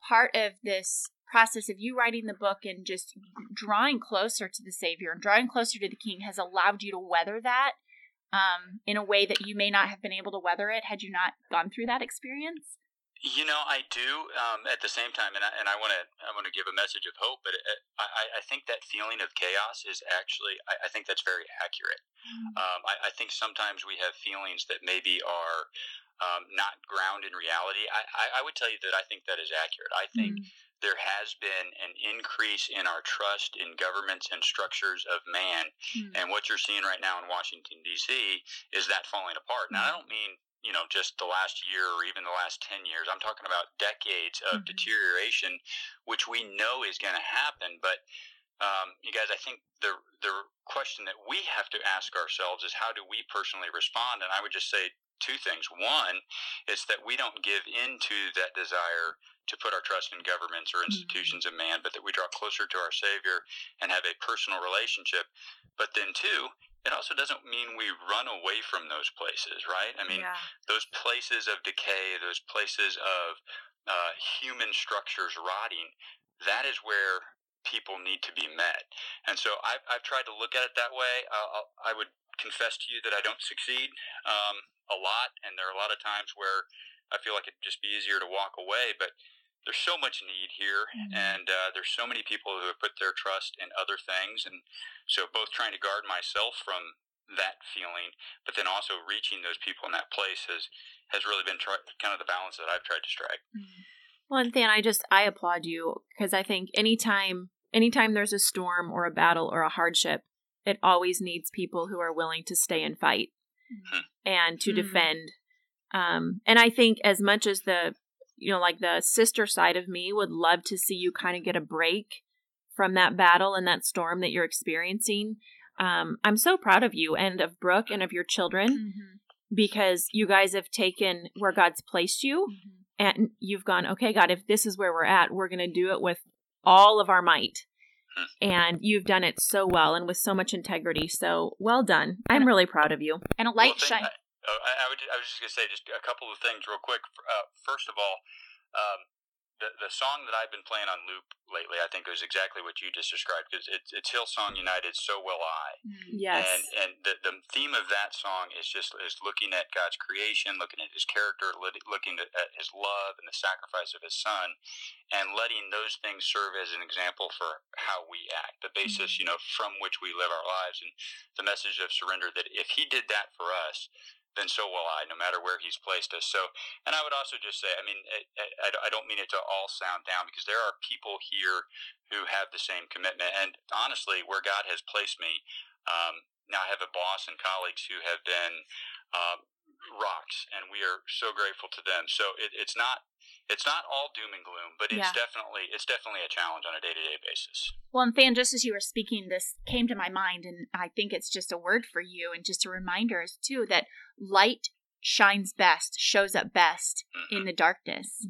part of this process of you writing the book and just drawing closer to the Savior and drawing closer to the King has allowed you to weather that um, in a way that you may not have been able to weather it had you not gone through that experience. You know, I do. Um, at the same time, and I, and I want to I want to give a message of hope, but it, I- I, I think that feeling of chaos is actually I, I think that's very accurate. Um, I, I think sometimes we have feelings that maybe are um, not grounded in reality. I, I, I would tell you that I think that is accurate. I think there has been an increase in our trust in governments and structures of man Mm-hmm. Mm. and what you're seeing right now in Washington, D.C., is that falling apart. Now, I don't mean, you know, just the last year or even the last 10 years. I'm talking about decades of Mhm. deterioration, which we know is going to happen. But, um, you guys, I think the, the question that we have to ask ourselves is how do we personally respond? And I would just say two things. One is that we don't give in to that desire to put our trust in governments or institutions of man, but that we draw closer to our Savior and have a personal relationship but then two, it also doesn't mean we run away from those places, right? I mean, yeah. those places of decay, those places of uh, human structures rotting, that is where people need to be met. And so I've, I've tried to look at it that way. I'll, I'll- I would confess to you that I don't succeed um, a lot, and there are a lot of times where I feel like it'd just be easier to walk away, but there's so much need here, Mhm. and uh, there's so many people who have put their trust in other things. And so, both trying to guard myself from that feeling but then also reaching those people in that place has has really been try- kind of the balance that I've tried to strike. Well, and Than, I just I applaud you because I think anytime anytime there's a storm or a battle or a hardship, it always needs people who are willing to stay and fight Mhm. and to Mhm. defend. Um, and I think as much as the you know like the sister side of me would love to see you kind of get a break from that battle and that storm that you're experiencing. Um, I'm so proud of you and of Brooke and of your Mm-hmm. children because you guys have taken where God's placed you Mm-hmm. and you've gone, okay, God, if this is where we're at, we're going to do it with all of our might. And you've done it so well and with so much integrity. So well done. I'm really proud of you. And a light Well, shine. thank- I, oh, I, I would, I was just going to say just a couple of things real quick. Uh, first of all, um, the the song that I've been playing on loop lately, I think, is exactly what you just described because it's it's Hillsong United. So will I. Yes. And and the, the theme of that song is just is looking at God's creation, looking at His character, lit- looking at at His love and the sacrifice of His Son, and letting those things serve as an example for how we act, the basis you know from which we live our lives, and the message of surrender that if He did that for us. Then so will I, no matter where he's placed us. So, and I would also just say, I mean, I, I, I don't mean it to all sound down because there are people here who have the same commitment. And honestly, where God has placed me, um, now I have a boss and colleagues who have been um, rocks, and we are so grateful to them. So it, it's not it's not all doom and gloom, but Yeah. it's definitely it's definitely a challenge on a day to day basis. Well, and Fan, just as you were speaking, this came to my mind, and I think it's just a word for you, and just a reminder is too that light shines best, shows up best Mm-hmm. in the darkness.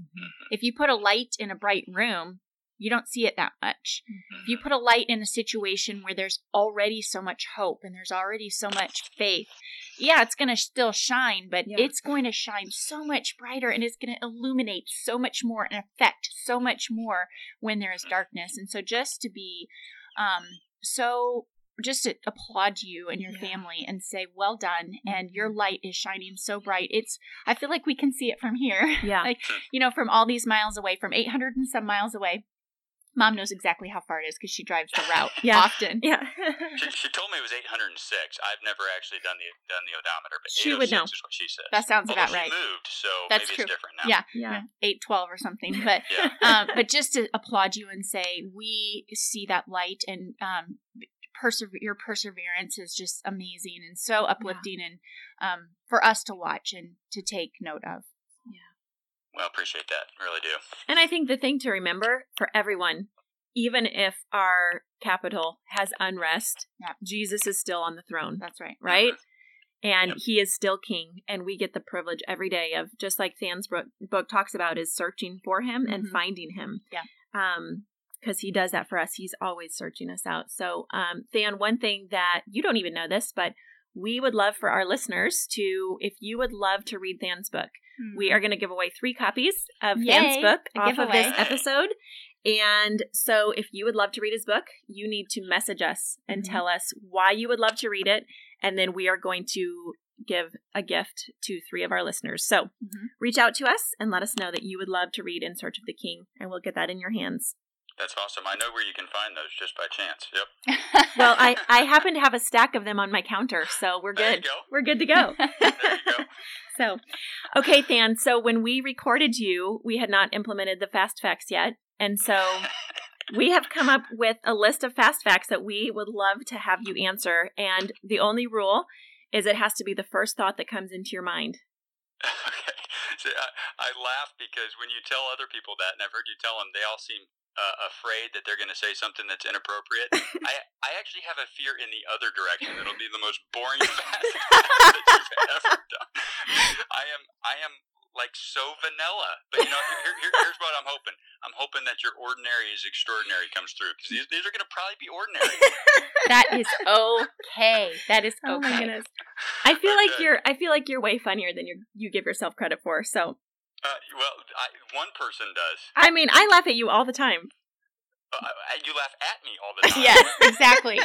If you put a light in a bright room, you don't see it that much. If Mm-hmm. you put a light in a situation where there's already so much hope and there's already so much faith, yeah, it's going to still shine, but Yeah. it's going to shine so much brighter and it's going to illuminate so much more and affect so much more when there is darkness. And so just to be um, so just to applaud you and your Yeah. family and say well done and your light is shining so bright it's i feel like we can see it from here Yeah. you know, from all these miles away, from 800 and some miles away. Mom knows exactly how far it is because she drives the route Yeah. often. Yeah. She, she told me it was 806. I've never actually done the done the odometer, but She would 806 know. is what she said. That sounds Although about she right. moved, so That's maybe true. it's different now. Yeah. yeah. Eight twelve or something, but Yeah. um, but just to applaud you and say we see that light and um, persever- your perseverance is just amazing and so uplifting and um, for us to watch and to take note of. Well, appreciate that. Really do. And I think the thing to remember for everyone, even if our capital has unrest, Yeah. Jesus is still on the throne, That's right. right? And Yep. he is still king, and we get the privilege every day of just like Than's bro- book talks about is searching for him and Mhm. finding him. Yeah. Um, because he does that for us. He's always searching us out. So, um, Than, one thing that you don't even know this, but we would love for our listeners to, if you would love to read Than's book, we are going to give away three copies of Yay, Dan's book a off of this giveaway. episode. And so, if you would love to read his book, you need to message us and Mhm. tell us why you would love to read it. And then we are going to give a gift to three of our listeners. So, Mhm. reach out to us and let us know that you would love to read In Search of the King, and we'll get that in your hands. That's awesome. I know where you can find those just by chance. Yep. Well, I, I happen to have a stack of them on my counter, so we're There you good. go. We're good to go. There you go. So, okay, Than. So when we recorded you, we had not implemented the fast facts yet, and so we have come up with a list of fast facts that we would love to have you answer. And the only rule is it has to be the first thought that comes into your mind. okay. So I, I laugh because when you tell other people that, and I've heard you tell them, they all seem uh, afraid that they're going to say something that's inappropriate. I I actually have a fear in the other direction. It'll be the most boring fast that you've ever done. I am I am like so vanilla. But you know, here, here, here's what I'm hoping. I'm hoping that your ordinary is extraordinary comes through because these, these are going to probably be ordinary. that is okay. That is okay. Oh my goodness! I feel like Okay. you're. I feel like you're way funnier than you you give yourself credit for. So Uh, well, I, one person does. I mean, I laugh at you all the time. Uh, I- you laugh at me all the time. Yes, exactly.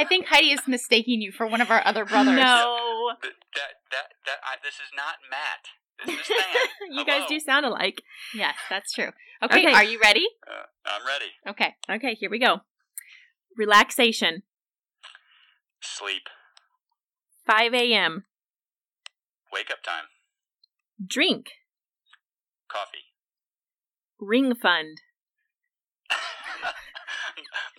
I think Heidi is mistaking you for one of our other brothers. No, Th- that that that I, this is not Matt. This is Stan. you guys Hello. do sound alike. Yes, that's true. Okay, Okay. are you ready? Uh, I'm ready. Okay. Okay, here we go. Relaxation. Sleep. 5 a.m. Wake up time. Drink. Coffee. Ring fund.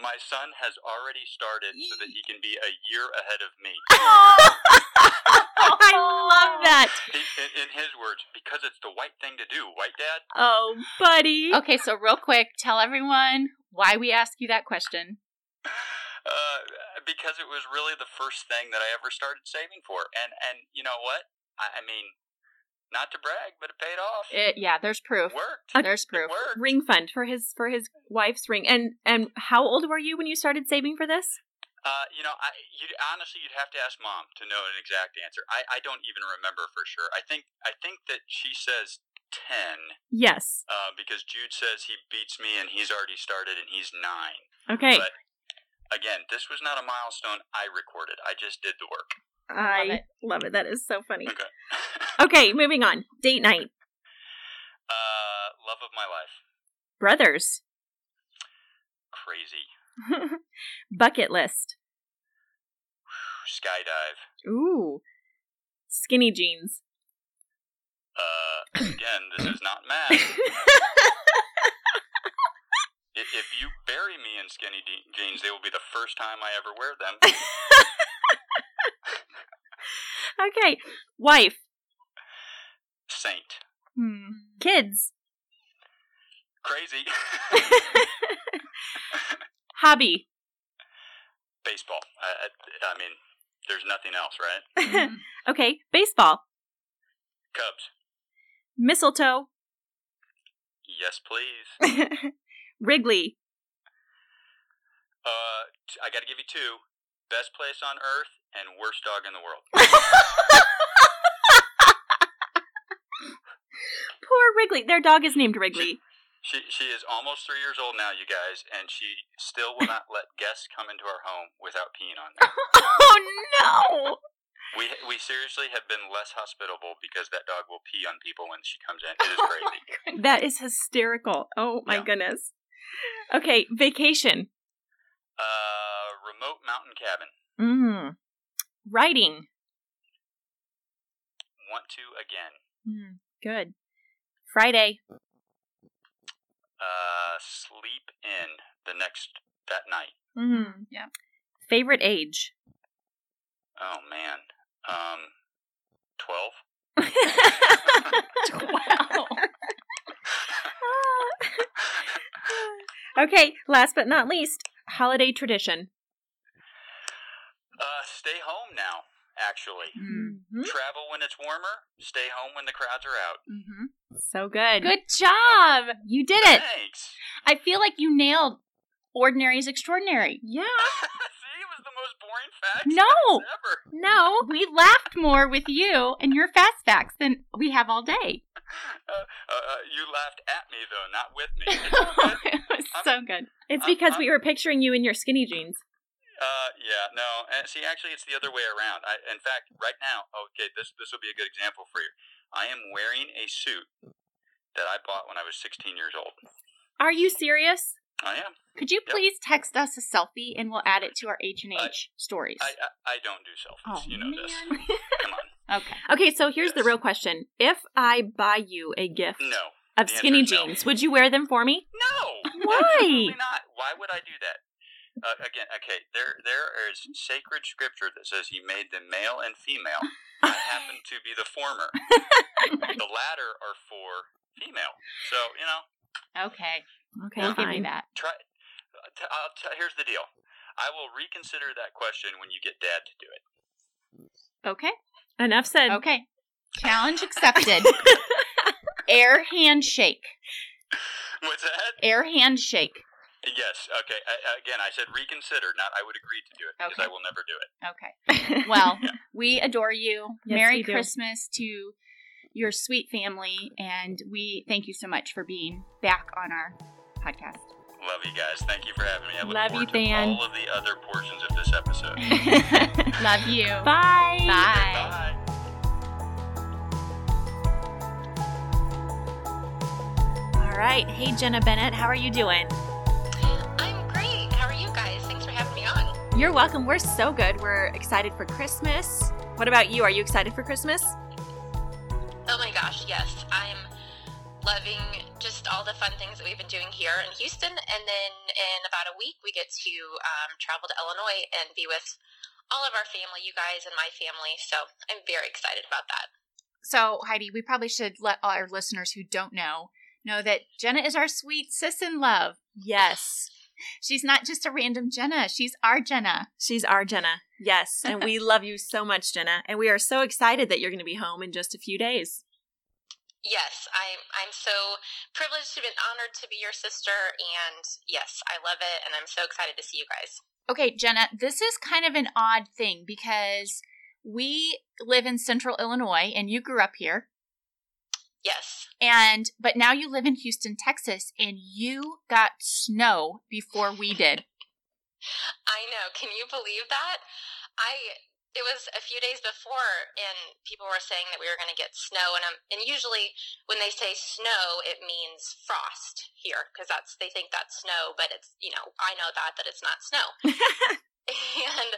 My son has already started so that he can be a year ahead of me. I Oh. love that. He, in, in his words, because it's the white thing to do, white dad. Oh, buddy. Okay, so real quick, tell everyone why we ask you that question. Uh, because it was really the first thing that I ever started saving for, and and you know what? I, I mean, not to brag, but it paid off. It, yeah, there's proof. worked. There's It proof. worked. Ring fund for his for his wife's ring. And and how old were you when you started saving for this? Uh, you know, I you honestly you'd have to ask mom to know an exact answer. I, I don't even remember for sure. I think I think that she says ten Yes. uh, because Jude says he beats me and he's already started and he's nine. Okay. But again, this was not a milestone I recorded. I just did the work. Uh, I Love it. love it. That is so funny. Okay. Okay, moving on. Date night. Uh, love of my life, Brothers. crazy Bucket list. skydive. Ooh. Skinny jeans. Uh, again, this is not math. If if you bury me in skinny de- jeans, they will be the first time I ever wear them. okay. Wife. Saint. Hmm. Kids. crazy Hobby. baseball. I, I, I mean, there's nothing else, right? Mhm. okay. Baseball. Cubs. Mistletoe. Yes, please. Wrigley. Uh, t- I got to give you two. Best place on earth and worst dog in the world. Poor Wrigley. Their dog is named Wrigley. She she is almost three years old now, you guys, and she still will not let guests come into our home without peeing on them. oh We we seriously have been less hospitable because that dog will pee on people when she comes in. It is crazy. no! That is hysterical. Oh my Yeah. goodness. Okay, vacation. Uh, remote mountain cabin. Mm. Writing. Want to again. Mm, good. Friday. Uh, sleep in the next that night. Mm. yeah. Favorite age. Oh man. Um, twelve. wow. okay, last but not least, holiday tradition. Uh, stay home now. Actually, Hmm? Mm-hmm. travel when it's warmer. Stay home when the crowds are out. Mm-hmm. So good. Good job. You did it. Thanks. I feel like you nailed ordinary is extraordinary. Yeah. See, it was the most boring fact No. ever. No, we laughed more with you and your fast facts than we have all day. Uh, uh, uh, you laughed at me though, not with me. it was so good. It's because we were picturing you in your skinny jeans. Uh, yeah, no. And see, actually, it's the other way around. I, in fact, right now, okay, this this will be a good example for you. I am wearing a suit that I bought when I was 16 years old. Are you serious? I am. Could you please text us a selfie and we'll add it to our H and H stories? I I, I don't do Oh, selfies. you know this. man. Come on. Okay. Okay, so here's the Yes. real question. If I buy you a gift No. of The skinny answer is no. jeans, would you wear them for me? No. Why? Absolutely not. Why would I do that? Uh, again, okay. There, there is sacred scripture that says He made them male and female. I happen to be the former. the latter are for female. So you know, Okay. Okay, we'll give you fine. that. try. uh, T- I'll t- here's the deal. I will reconsider that question when you get Dad to do it. Okay. Enough said. Okay. Challenge accepted. Air handshake. What's that? Air handshake. Yes. Okay. I, again, I said reconsider, not I would agree to do it because Okay. I will never do it. Okay. Well, Yeah. we adore you. Yes, Merry we do. Christmas to your sweet family. And we thank you so much for being back on our podcast. Love you guys. Thank you for having me. I look Love you, forward to Dan. all of the other portions of this episode. Love you. Bye. Bye. Bye. All right. Hey, Jenna Bennett, how are you doing? I'm great. How are you guys? Thanks for having me on. You're welcome. We're so good. We're excited for Christmas. What about you? Are you excited for Christmas? Oh my gosh, yes. I'm loving just all the fun things that we've been doing here in Houston. And then in about a week, we get to um, travel to Illinois and be with all of our family, you guys and my family. So I'm very excited about that. So, Heidi, we probably should let all our listeners who don't know know that Jenna is our sweet sis in love. Yes. She's not just a random Jenna, she's our Jenna. She's our Jenna. Yes. And we love you so much, Jenna. And we are so excited that you're going to be home in just a few days. Yes, I'm, I'm so privileged to be honored to be your sister. And yes, I love it. And I'm so excited to see you guys. Okay, Jenna, this is kind of an odd thing because we live in central Illinois and you grew up here. Yes. And but now you live in Houston, Texas, and you got snow before we did. I know. Can you believe that? I it was a few days before, and people were saying that we were going to get snow, and um, and usually when they say snow, it means frost here because that's they think that's snow, but it's you know I know that that it's not snow. and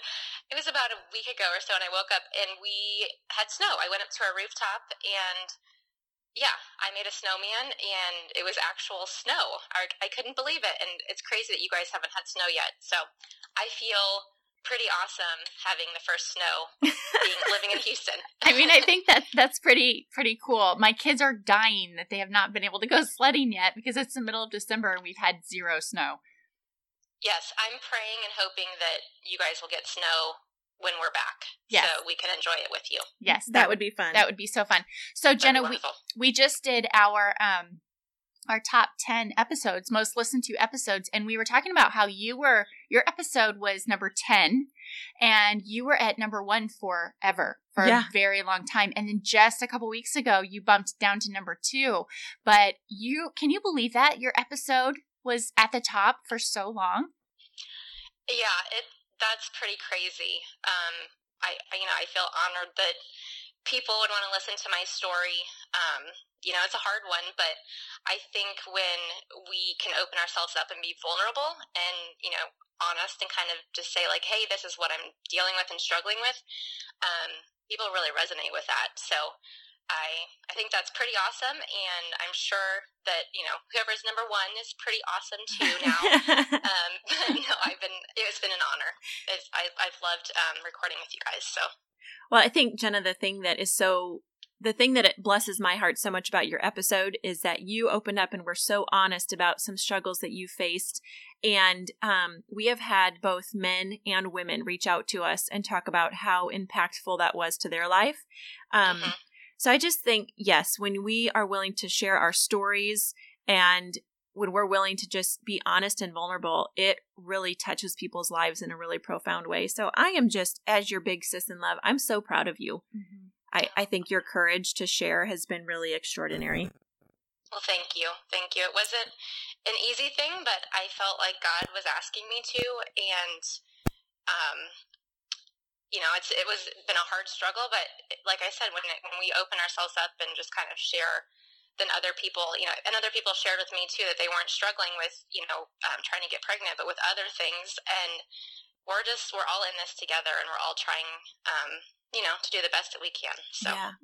it was about a week ago or so, and I woke up and we had snow. I went up to our rooftop and. Yeah, I made a snowman and it was actual snow. I, I couldn't believe it. And it's crazy that you guys haven't had snow yet. So I feel pretty awesome having the first snow being living in Houston. I mean, I think that that's pretty pretty cool. My kids are dying that they have not been able to go sledding yet because it's the middle of December and we've had zero snow. yes, I'm praying and hoping that you guys will get snow when we're back. Yes. So we can enjoy it with you. Yes, That would be fun. that would be so fun. So That'd be Jenna, we wonderful. we just did our um our top 10 episodes most listened to episodes and we were talking about how you were your episode was number 10 and you were at number 1 forever for Yeah. a very long time and then just a couple weeks ago you bumped down to number 2 but you can you believe that your episode was at the top for so long Yeah, it that's pretty crazy. Um, I I- you know I feel honored that people would want to listen to my story. Um, you know, it's a hard one, but I think when we can open ourselves up and be vulnerable and, you know, honest and kind of just say, like, hey, this is what I'm dealing with and struggling with, um, people really resonate with that. So I, I think that's pretty awesome. And I'm sure that, you know, whoever's number one is pretty awesome too now. um, but no, I've been, it's been an honor. It's, I, I've loved um, recording with you guys. So Well, I think, Jenna, the thing that is so, the thing that it blesses my heart so much about your episode is that you opened up and were so honest about some struggles that you faced. And um, we have had both men and women reach out to us and talk about how impactful that was to their life. Um, mhm. So I just think, yes, when we are willing to share our stories and when we're willing to just be honest and vulnerable, it really touches people's lives in a really profound way. So I am just, as your big sis in love, I'm so proud of you. I, I think your courage to share has been really extraordinary. Well, thank you. Thank you. It wasn't an easy thing, but I felt like God was asking me to and um you know, it's it was been a hard struggle, but like I said, when it, when we open ourselves up and just kind of share, then other people, you know, and other people shared with me too that they weren't struggling with, you know, um, trying to get pregnant, but with other things, and we're just we're all in this together, and we're all trying, um, you know, to do the best that we can. So Yeah.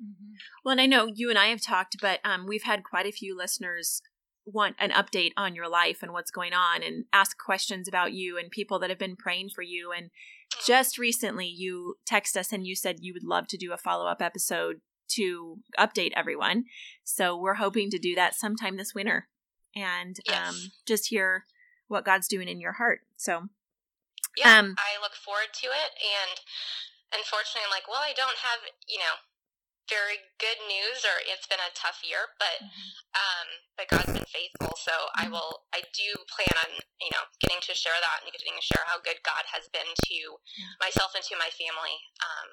Well, and I know you and I have talked, but um, we've had quite a few listeners want an update on your life and what's going on and ask questions about you and people that have been praying for you. And just recently, you text us and you said you would love to do a follow up episode to update everyone. So we're hoping to do that sometime this winter and Yes. um, just hear what God's doing in your heart. So, yeah, Um, I look forward to it. And unfortunately, I'm like, well, I don't have, you know, very good news, or it's been a tough year, but um, but God's been faithful. So I will, I do plan on, you know, getting to share that and getting to share how good God has been to myself and to my family um,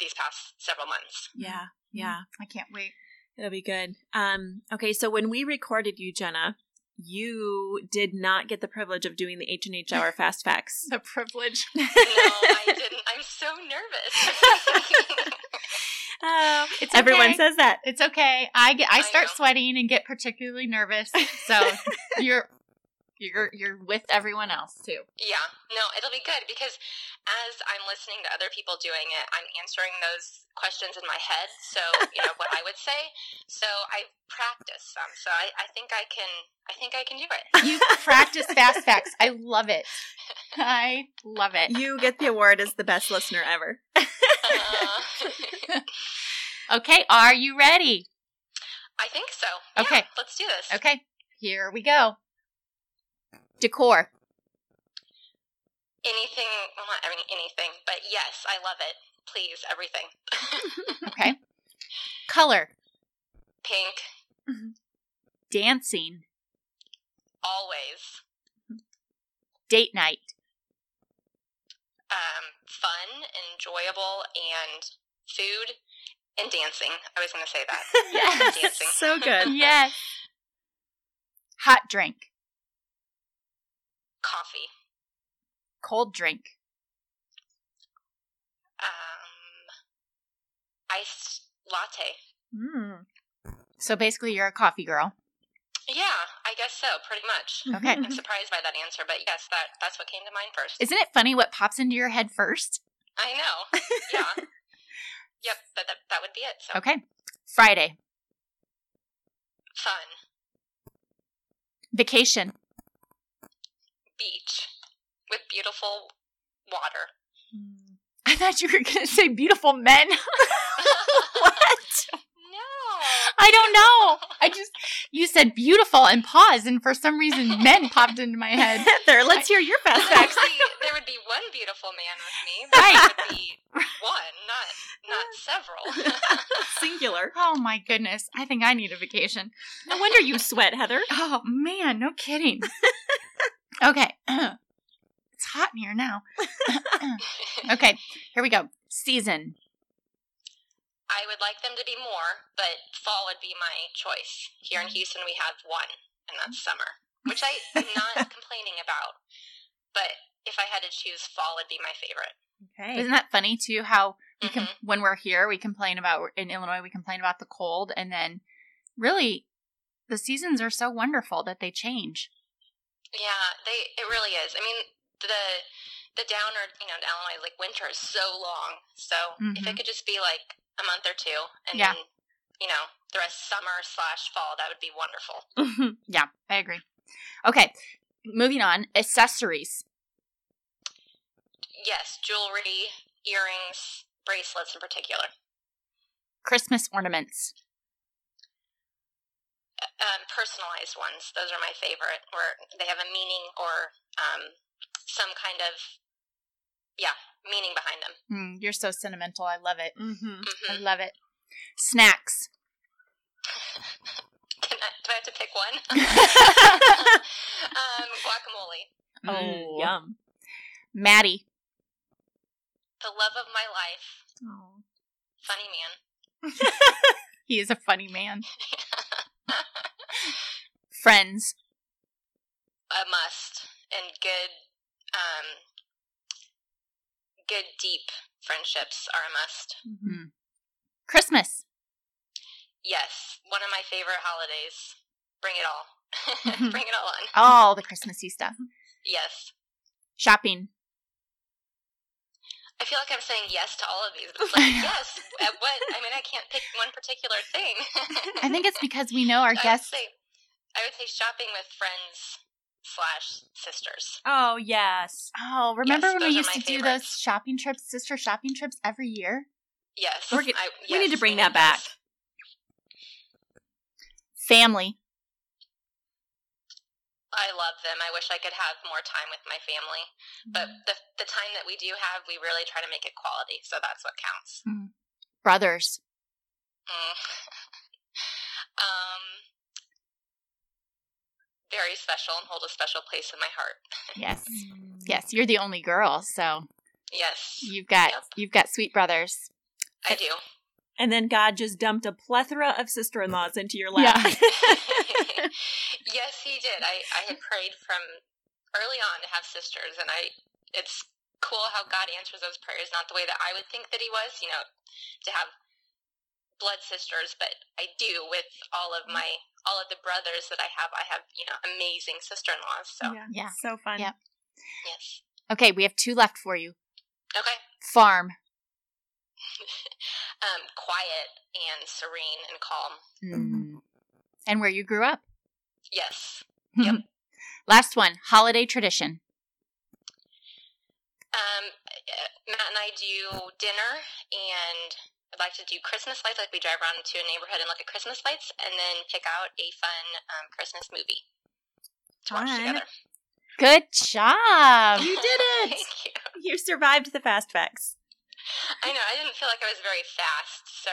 these past several months. yeah, yeah. I can't wait. It'll be good. Um, okay, so when we recorded you, Jenna, you did not get the privilege of doing the H and H Hour fast facts. The privilege. No, I didn't. I'm so nervous. oh, It's everyone okay. says that. It's okay. I get. I I start know. sweating and get particularly nervous. So you're you're you're with everyone else too. Yeah, no, it'll be good because as I'm listening to other people doing it, I'm answering those questions in my head. So, you know, what I would say. So I practice some. So I, I think I can, I think I can do it. You practice fast facts. I love it. I love it. You get the award as the best listener ever. Uh, Okay, are you ready? I think so. Yeah, Okay. Let's do this. Okay, here we go. Decor. Anything, well, not I mean, anything, but yes, I love it. Please, everything. Okay. Color. Pink, Dancing. always. Date night. Um, fun, enjoyable, and food and dancing. I was going to say that. Yes, Dancing. so good. Yes. Hot drink. Coffee. Cold drink. um, iced latte. Hmm, Mm. So basically, you're a coffee girl. Yeah, I guess so, pretty much. Okay. I'm surprised by that answer, but yes, that that's what came to mind first. Isn't it funny what pops into your head first? I know. Yeah. yep, but that, that would be it. So Okay. Friday. fun Vacation. beach with beautiful water. I thought you were going to say beautiful men. what? no. I don't know. I just, you said beautiful and pause, and for some reason, men popped into my head. Heather, let's hear your fast There would, facts. be, there would be one beautiful man with me. But right. would be one, not not several. Singular. Oh my goodness. I think I need a vacation. No wonder you sweat, Heather. Oh man, no kidding. okay. it's hot in here now. okay, here we go. Season. I would like them to be more, but fall would be my choice. Here in Houston, we have one, and that's summer, which I am not complaining about. But if I had to choose, fall would be my favorite. Isn't that funny too? How we com- Mhm. when we're here, we complain about in Illinois, we complain about the cold, and then really, the seasons are so wonderful that they change. Yeah, they it really is. I mean, the the downer, you know, in Illinois, like winter is so long. So if it Mhm. could just be like a month or two, and Yeah. then you know the rest summer slash fall, that would be wonderful. Yeah, I agree. Okay, moving on. Accessories. Yes, jewelry, earrings, bracelets in particular. Christmas ornaments. um, personalized ones. Those are my favorite, where they have a meaning or um, some kind of yeah meaning behind them. Mm, you're so sentimental. I love it. mm-hmm. I hmm love it. Snacks. Can I, do I have to pick one? Mm, um, guacamole, Oh. Mm, yum. Maddie. the love of my life, funny man, He is a funny man. Friends. a must, and good, um, good deep friendships are a must. Mm. Christmas. Yes, one of my favorite holidays. Bring it all. Mhm. Bring it all on. All the Christmassy stuff. Yes. Shopping. I feel like I'm saying yes to all of these. It's like yes. At what? I mean, I can't pick one particular thing. I think it's because we know our I guests. Would say, I would say shopping with friends slash sisters. Oh yes. Oh, remember Yes, when we those are used my to do those favorites. shopping trips, sister shopping trips every year? Yes, We're get- I- we need yes, to bring that back. Family. I love them. I wish I could have more time with my family, but the the time that we do have, we really try to make it quality. So that's what counts. Brothers. Mm. um, very special and hold a special place in my heart. Yes. Mm. Yes, you're the only girl, so Yes, you've got Yep. you've got sweet brothers. I do. And then God just dumped a plethora of sister in laws into your lap. yes, he did. I, I had prayed from early on to have sisters, and I it's cool how God answers those prayers, not the way that I would think that he was, you know, to have blood sisters, but I do with all of my all of the brothers that I have. I have, you know, amazing sister in laws. So Yeah. So fun. Yep. yes. Okay, we have two left for you. Okay. Farm. Um, quiet and serene and calm. Mm-hmm. And where you grew up. Yes. Last one, holiday tradition. Um, uh, Matt and I do dinner, and I'd like to do Christmas lights. Like we drive around to a neighborhood and look at Christmas lights, and then pick out a fun um, Christmas movie to watch Fun. Oh, together. Good job. You did it! Thank you. You survived the fast facts. I know. I didn't feel like I was very fast, so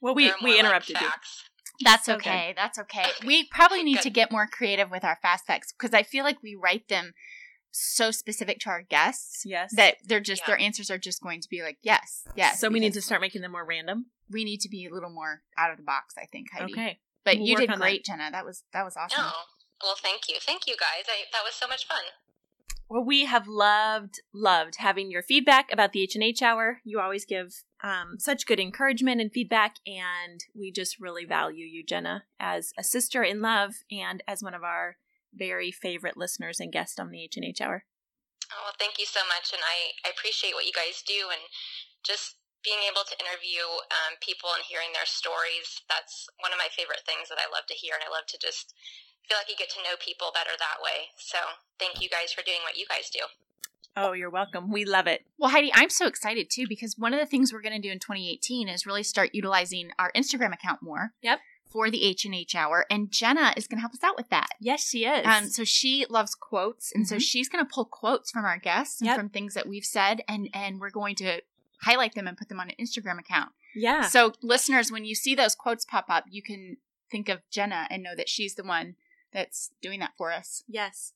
Well, we they're more we interrupted like you. facts. That's So good. okay. That's okay. We probably need to Good. get more creative with our fast facts because I feel like we write them so specific to our guests Yes. that they're just Yeah. their answers are just going to be like yes, yes. So we need to because start making them more random. we need to be a little more out of the box, I think, Heidi. Okay. But We'll you work did on that. great, Jenna. That was that was awesome. Oh. No. Oh, Well, thank you, thank you guys. I, that was so much fun. Well, we have loved, loved having your feedback about the H and H Hour. You always give um, such good encouragement and feedback, and we just really value you, Jenna, as a sister in love and as one of our very favorite listeners and guests on the H and H Hour. Oh, well, thank you so much, and I, I appreciate what you guys do, and just being able to interview um, people and hearing their stories. That's one of my favorite things that I love to hear, and I love to just feel like you get to know people better that way. So, thank you guys for doing what you guys do. Oh, you're welcome. We love it. Well, Heidi, I'm so excited too because one of the things we're going to do in 2018 is really start utilizing our Instagram account more. Yep. For the H and H Hour, and Jenna is going to help us out with that. Yes, she is. Um, so she loves quotes, and so Mhm. she's going to pull quotes from our guests and Yep. from things that we've said, and and we're going to highlight them and put them on an Instagram account. yeah. So listeners, when you see those quotes pop up, you can think of Jenna and know that she's the one that's doing that for us. yes.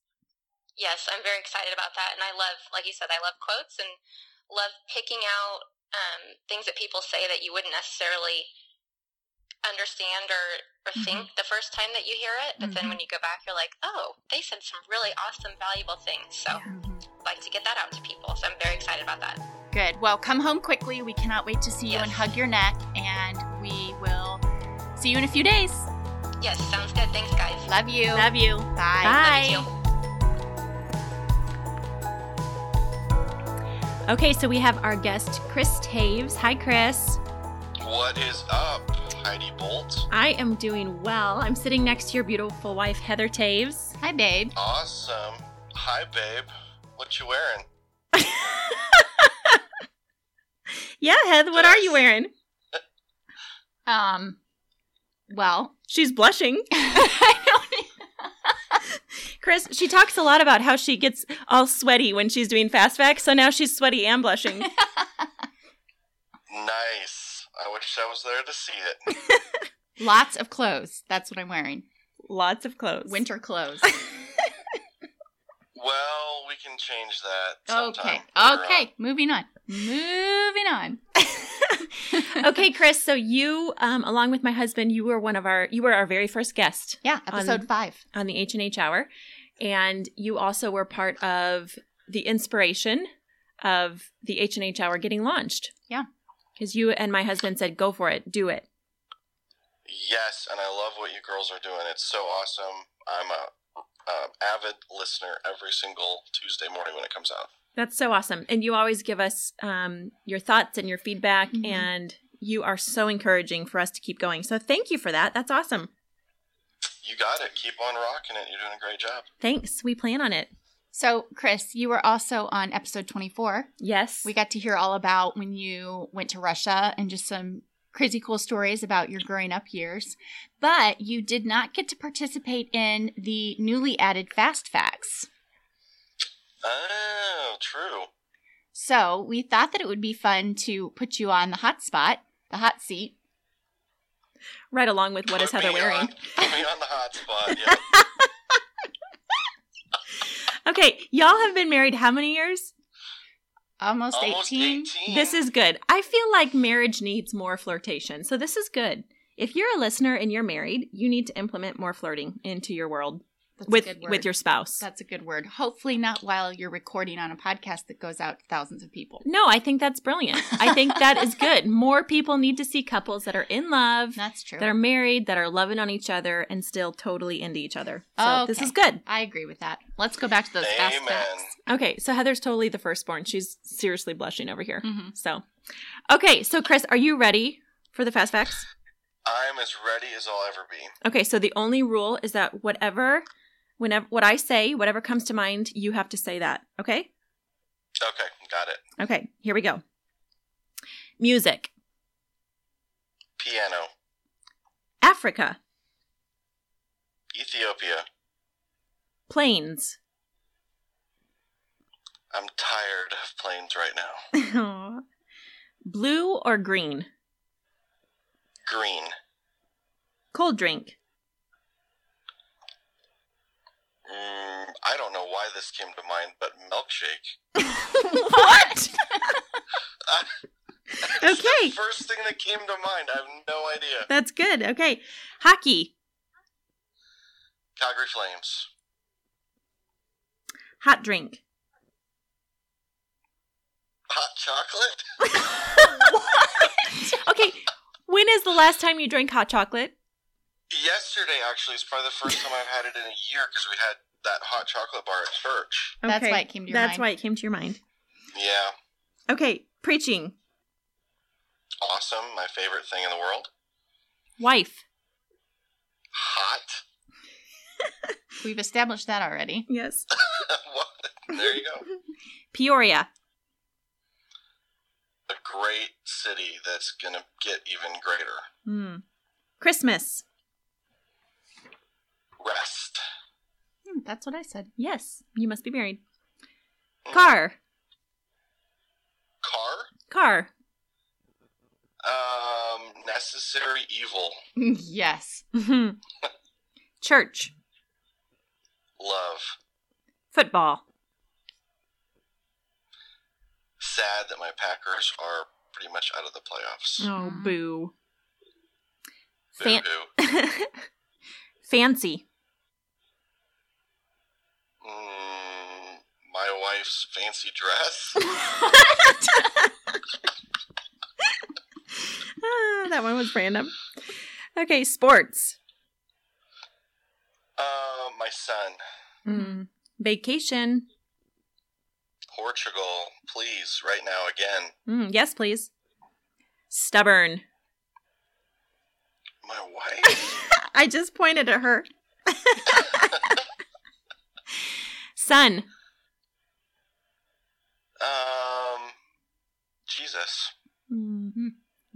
Yes, I'm very excited about that, and I love, like you said, I love quotes and love picking out um, things that people say that you wouldn't necessarily understand or, or Mhm. think the first time that you hear it, but then when you go back, you're like, oh, they said some really awesome, valuable things. So, I'd like to get that out to people. So, I'm very excited about that. Good. Well, come home quickly. We cannot wait to see you Yes. and hug your neck, and we will see you in a few days. Yes, sounds good. Thanks, guys. Love you. Love you. Bye. Bye. Love you too. Okay, so we have our guest, Chris Taves. Hi, Chris. What is up, Heidi Bolt? I am doing well. I'm sitting next to your beautiful wife, Heather Taves. Hi, babe. Awesome. Hi, babe. What you wearing? Yeah, Heather, what are you wearing? Um, well, She's blushing. I don't e- Chris, she talks a lot about how she gets all sweaty when she's doing fast facts, so now she's sweaty and blushing. Nice. I wish I was there to see it. Lots of clothes. That's what I'm wearing. Lots of clothes. Winter clothes. Well, we can change that. okay. sometime later Okay. Moving on. Moving on. okay, Chris. So you, um, along with my husband, you were one of our you were our very first guest Yeah. Episode On- five. on the H and H Hour, and you also were part of the inspiration of the H and H Hour getting launched. Yeah. because you and my husband said, "Go for it, do it." on. Yes, and I love what you girls are doing. It's so awesome. I'm a, a avid listener every single Tuesday morning when it comes out. That's so awesome, and you always give us um, your thoughts and your feedback, Mhm. and you are so encouraging for us to keep going. So thank you for that. That's awesome. You got it. Keep on rocking it. You're doing a great job. Thanks. We plan on it. So, Chris, you were also on episode 24. Yes. We got to hear all about when you went to Russia and just some crazy cool stories about your growing up years. But you did not get to participate in the newly added Fast Facts. Oh, true. So we thought that it would be fun to put you on the hot spot, the hot seat. right along with what is Put Heather me wearing. On, put me on the hot spot. Yeah. Okay, y'all have been married how many years? Almost, Almost 18. 18. This is good. I feel like marriage needs more flirtation. So this is good. If you're a listener and you're married, you need to implement more flirting into your world That's with a good word. with your spouse. That's a good word. Hopefully not while you're recording on a podcast that goes out to thousands of people. no, I think that's brilliant. I think that is good. More people need to see couples that are in love, That's true. that are married, that are loving on each other and still totally into each other. So this Oh, Okay. is good. I agree with that. Let's go back to those fast Amen. facts. Okay, so Heather's totally the firstborn. She's seriously blushing over here. Mhm. So, okay, so Chris, are you ready for the fast facts? I'm as ready as I'll ever be. Okay, so the only rule is that whatever, whenever what I say, whatever comes to mind, you have to say that. Okay. Okay, got it. Okay. Here we go. Music. Piano. Africa. Ethiopia. Planes. I'm tired of planes right now. Aw. Blue or green. Green. Cold drink. Mm, I don't know why this came to mind, but milkshake. what? It's the Okay. first thing that came to mind. I have no idea. That's good. Okay. Hockey. Calgary Flames. Hot drink. Hot chocolate? Okay. When is the last time you drank hot chocolate? Yesterday, actually, is probably the first time I've had it in a year because we had that hot chocolate bar at church. That's why it came to your That's mind. why it came to your mind. Yeah. Okay. Preaching. Awesome. My favorite thing in the world. Wife. Hot. We've established that already. Yes. What? there you go. Peoria. A great city that's going to get even greater. Hmm. Christmas. Rest. Hmm, that's what I said. Yes, you must be married. Car. Car? Car. Um, necessary evil. Mm-hmm. yes. Mhm. Church. Love. Football. sad that my Packers are pretty much out of the playoffs. Oh, Mhm. boo. Boo Fan- hoo. Fancy. Mm, my wife's fancy dress. Ah, that one was random. Okay, sports. Uh, sun. Mm. Vacation. Portugal, please, right now again. Mm, yes, please. Stubborn. My wife? I just pointed at her. Son. um, Jesus. Mm-hmm.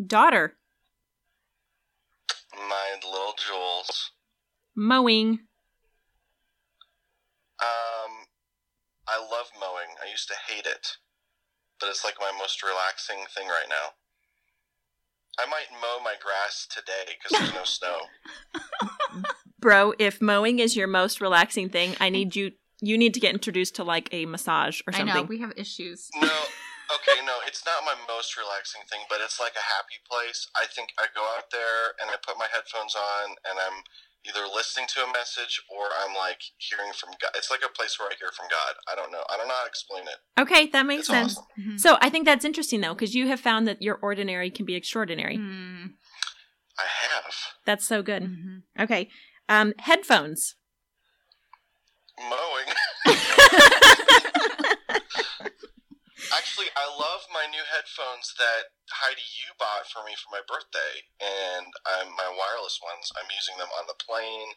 Mhm. Daughter. My little Jules. Mowing. Um, I love mowing. I used to hate it, but it's like my most relaxing thing right now. I might mow my grass today because there's no snow. Bro, if mowing is your most relaxing thing, I need you you need to get introduced to like a massage or I something. know we have issues. No, okay, no, it's not my most relaxing thing, but it's like a happy place. I think I go out there and I put my headphones on and I'm either listening to a message or I'm like hearing from God. It's like a place where I hear from God. I don't know. I don't know how to explain it. Okay, that makes It's sense. awesome. Mhm. So I think that's interesting though, because you have found that your ordinary can be extraordinary. Mm-hmm. Mm, I have That's so good. mhm. Okay. Um, headphones. mowing. Actually, I love my new headphones that Heidi you bought for me for my birthday, and I'm my wireless ones. I'm using them on the plane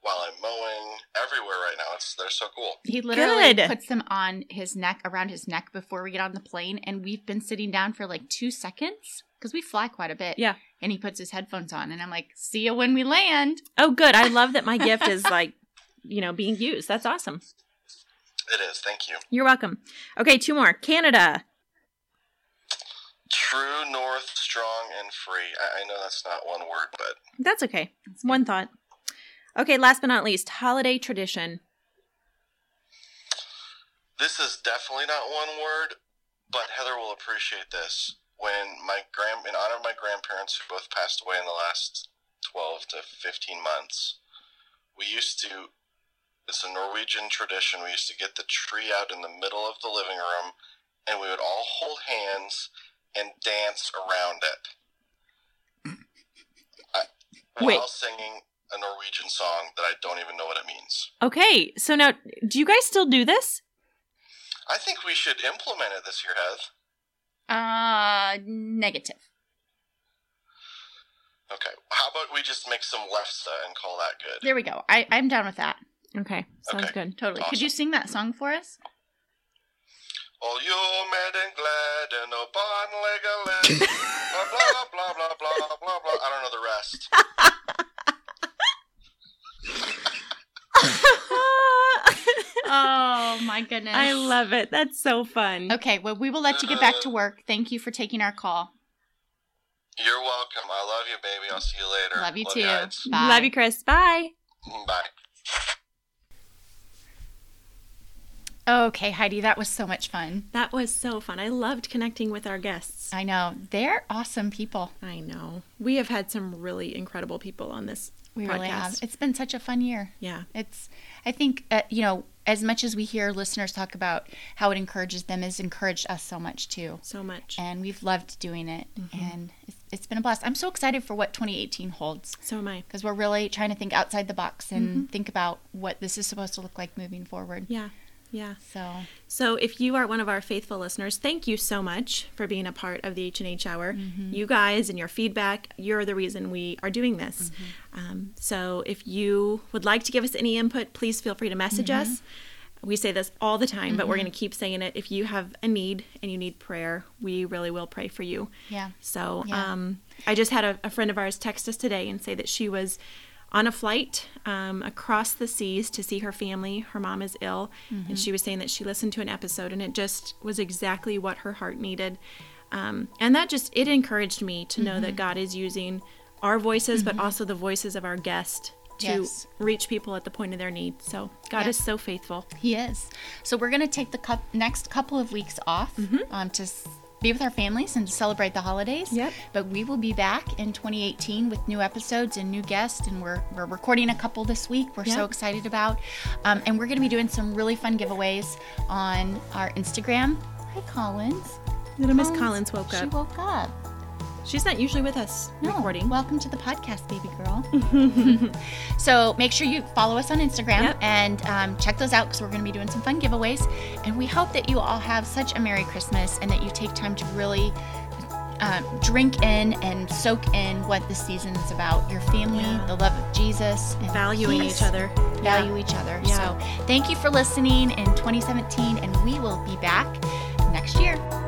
while I'm mowing everywhere right now. It's they're so cool. He literally Good. puts them on his neck, around his neck before we get on the plane. And we've been sitting down for like two seconds because we fly quite a bit. Yeah. And he puts his headphones on. And I'm like, see you when we land. oh, good. I love that my gift is like, you know, being used. That's awesome. It is. Thank you. You're welcome. Okay, two more. Canada. True North, strong and free. I, I know that's not one word, but That's okay. One thought. Okay, last but not least, holiday tradition. this is definitely not one word. But Heather will appreciate this. When my grand, in honor of my grandparents who both passed away in the last twelve to fifteen months, we used to. It's a Norwegian tradition. We used to get the tree out in the middle of the living room, and we would all hold hands and dance around it. I, Wait. while singing a Norwegian song that I don't even know what it means. Okay, so now, do you guys still do this? I think we should implement it this year, Heath. Uh, negative. Okay. How about we just make some lefse and call that good? There we go. I, I'm down with that. Okay, sounds Okay. good. Totally. Could you Awesome. sing that song for us? All you mad and glad and a bon legolas. blah blah blah blah blah blah blah. I don't know the rest. oh my goodness. I love it. That's so fun. Okay, well, we will let you get back to work. Thank you for taking our call. You're welcome. I love you, baby. I'll see you later. Love you too. guys. Bye. Love you, Chris. Bye. Bye. Okay, Heidi, that was so much fun. That was so fun. I loved connecting with our guests. I know. They're awesome people. I know. We have had some really incredible people on this We podcast. really have. It's been such a fun year. Yeah. It's, I think, uh, you know, as much as we hear listeners talk about how it encourages them, it's encouraged us so much too. So much. And we've loved doing it. Mm-hmm. And it's, it's been a blast. I'm so excited for what 2018 holds So am I. because we're really trying to think outside the box and think about what this is supposed to look like moving forward. Mm-hmm. Yeah. Yeah. So, So if you are one of our faithful listeners, thank you so much for being a part of the H&H Hour. You guys and your feedback, you're the reason we are doing this. Um, so if you would like to give us any input, please feel free to message us. We say this all the time, but we're going to keep saying it. If you have a need and you need prayer, we really will pray for you. yeah. So Yeah. um, I just had a, a friend of ours text us today and say that she was on a flight um, across the seas to see her family. Her mom is ill, Mm-hmm. and she was saying that she listened to an episode and it just was exactly what her heart needed. Um, and that just it encouraged me to know Mm-hmm. that God is using our voices, but also the voices of our guest to Yes. reach people at the point of their need. So God is so faithful. He is. So we're going to take the cou- next couple of weeks off um, to s- be with our families and celebrate the holidays. Mm-hmm. Yep. But we will be back in 2018 with new episodes and new guests, and we're we're recording a couple this week. We're so Yep. excited about, um, and we're going to be doing some really fun giveaways on our Instagram. Hi, Collins. Little Miss Collins woke She up. woke up. She's not usually with us No, recording. Welcome to the podcast, baby girl. so make sure you follow us on Instagram Yep. and um, check those out because we're going to be doing some fun giveaways. And we hope that you all have such a Merry Christmas and that you take time to really um, drink in and soak in what this season is about your family, Yeah. the love of Jesus, and Valuing peace. each other. Value each other. Yeah. So thank you for listening in 2017, and we will be back next year.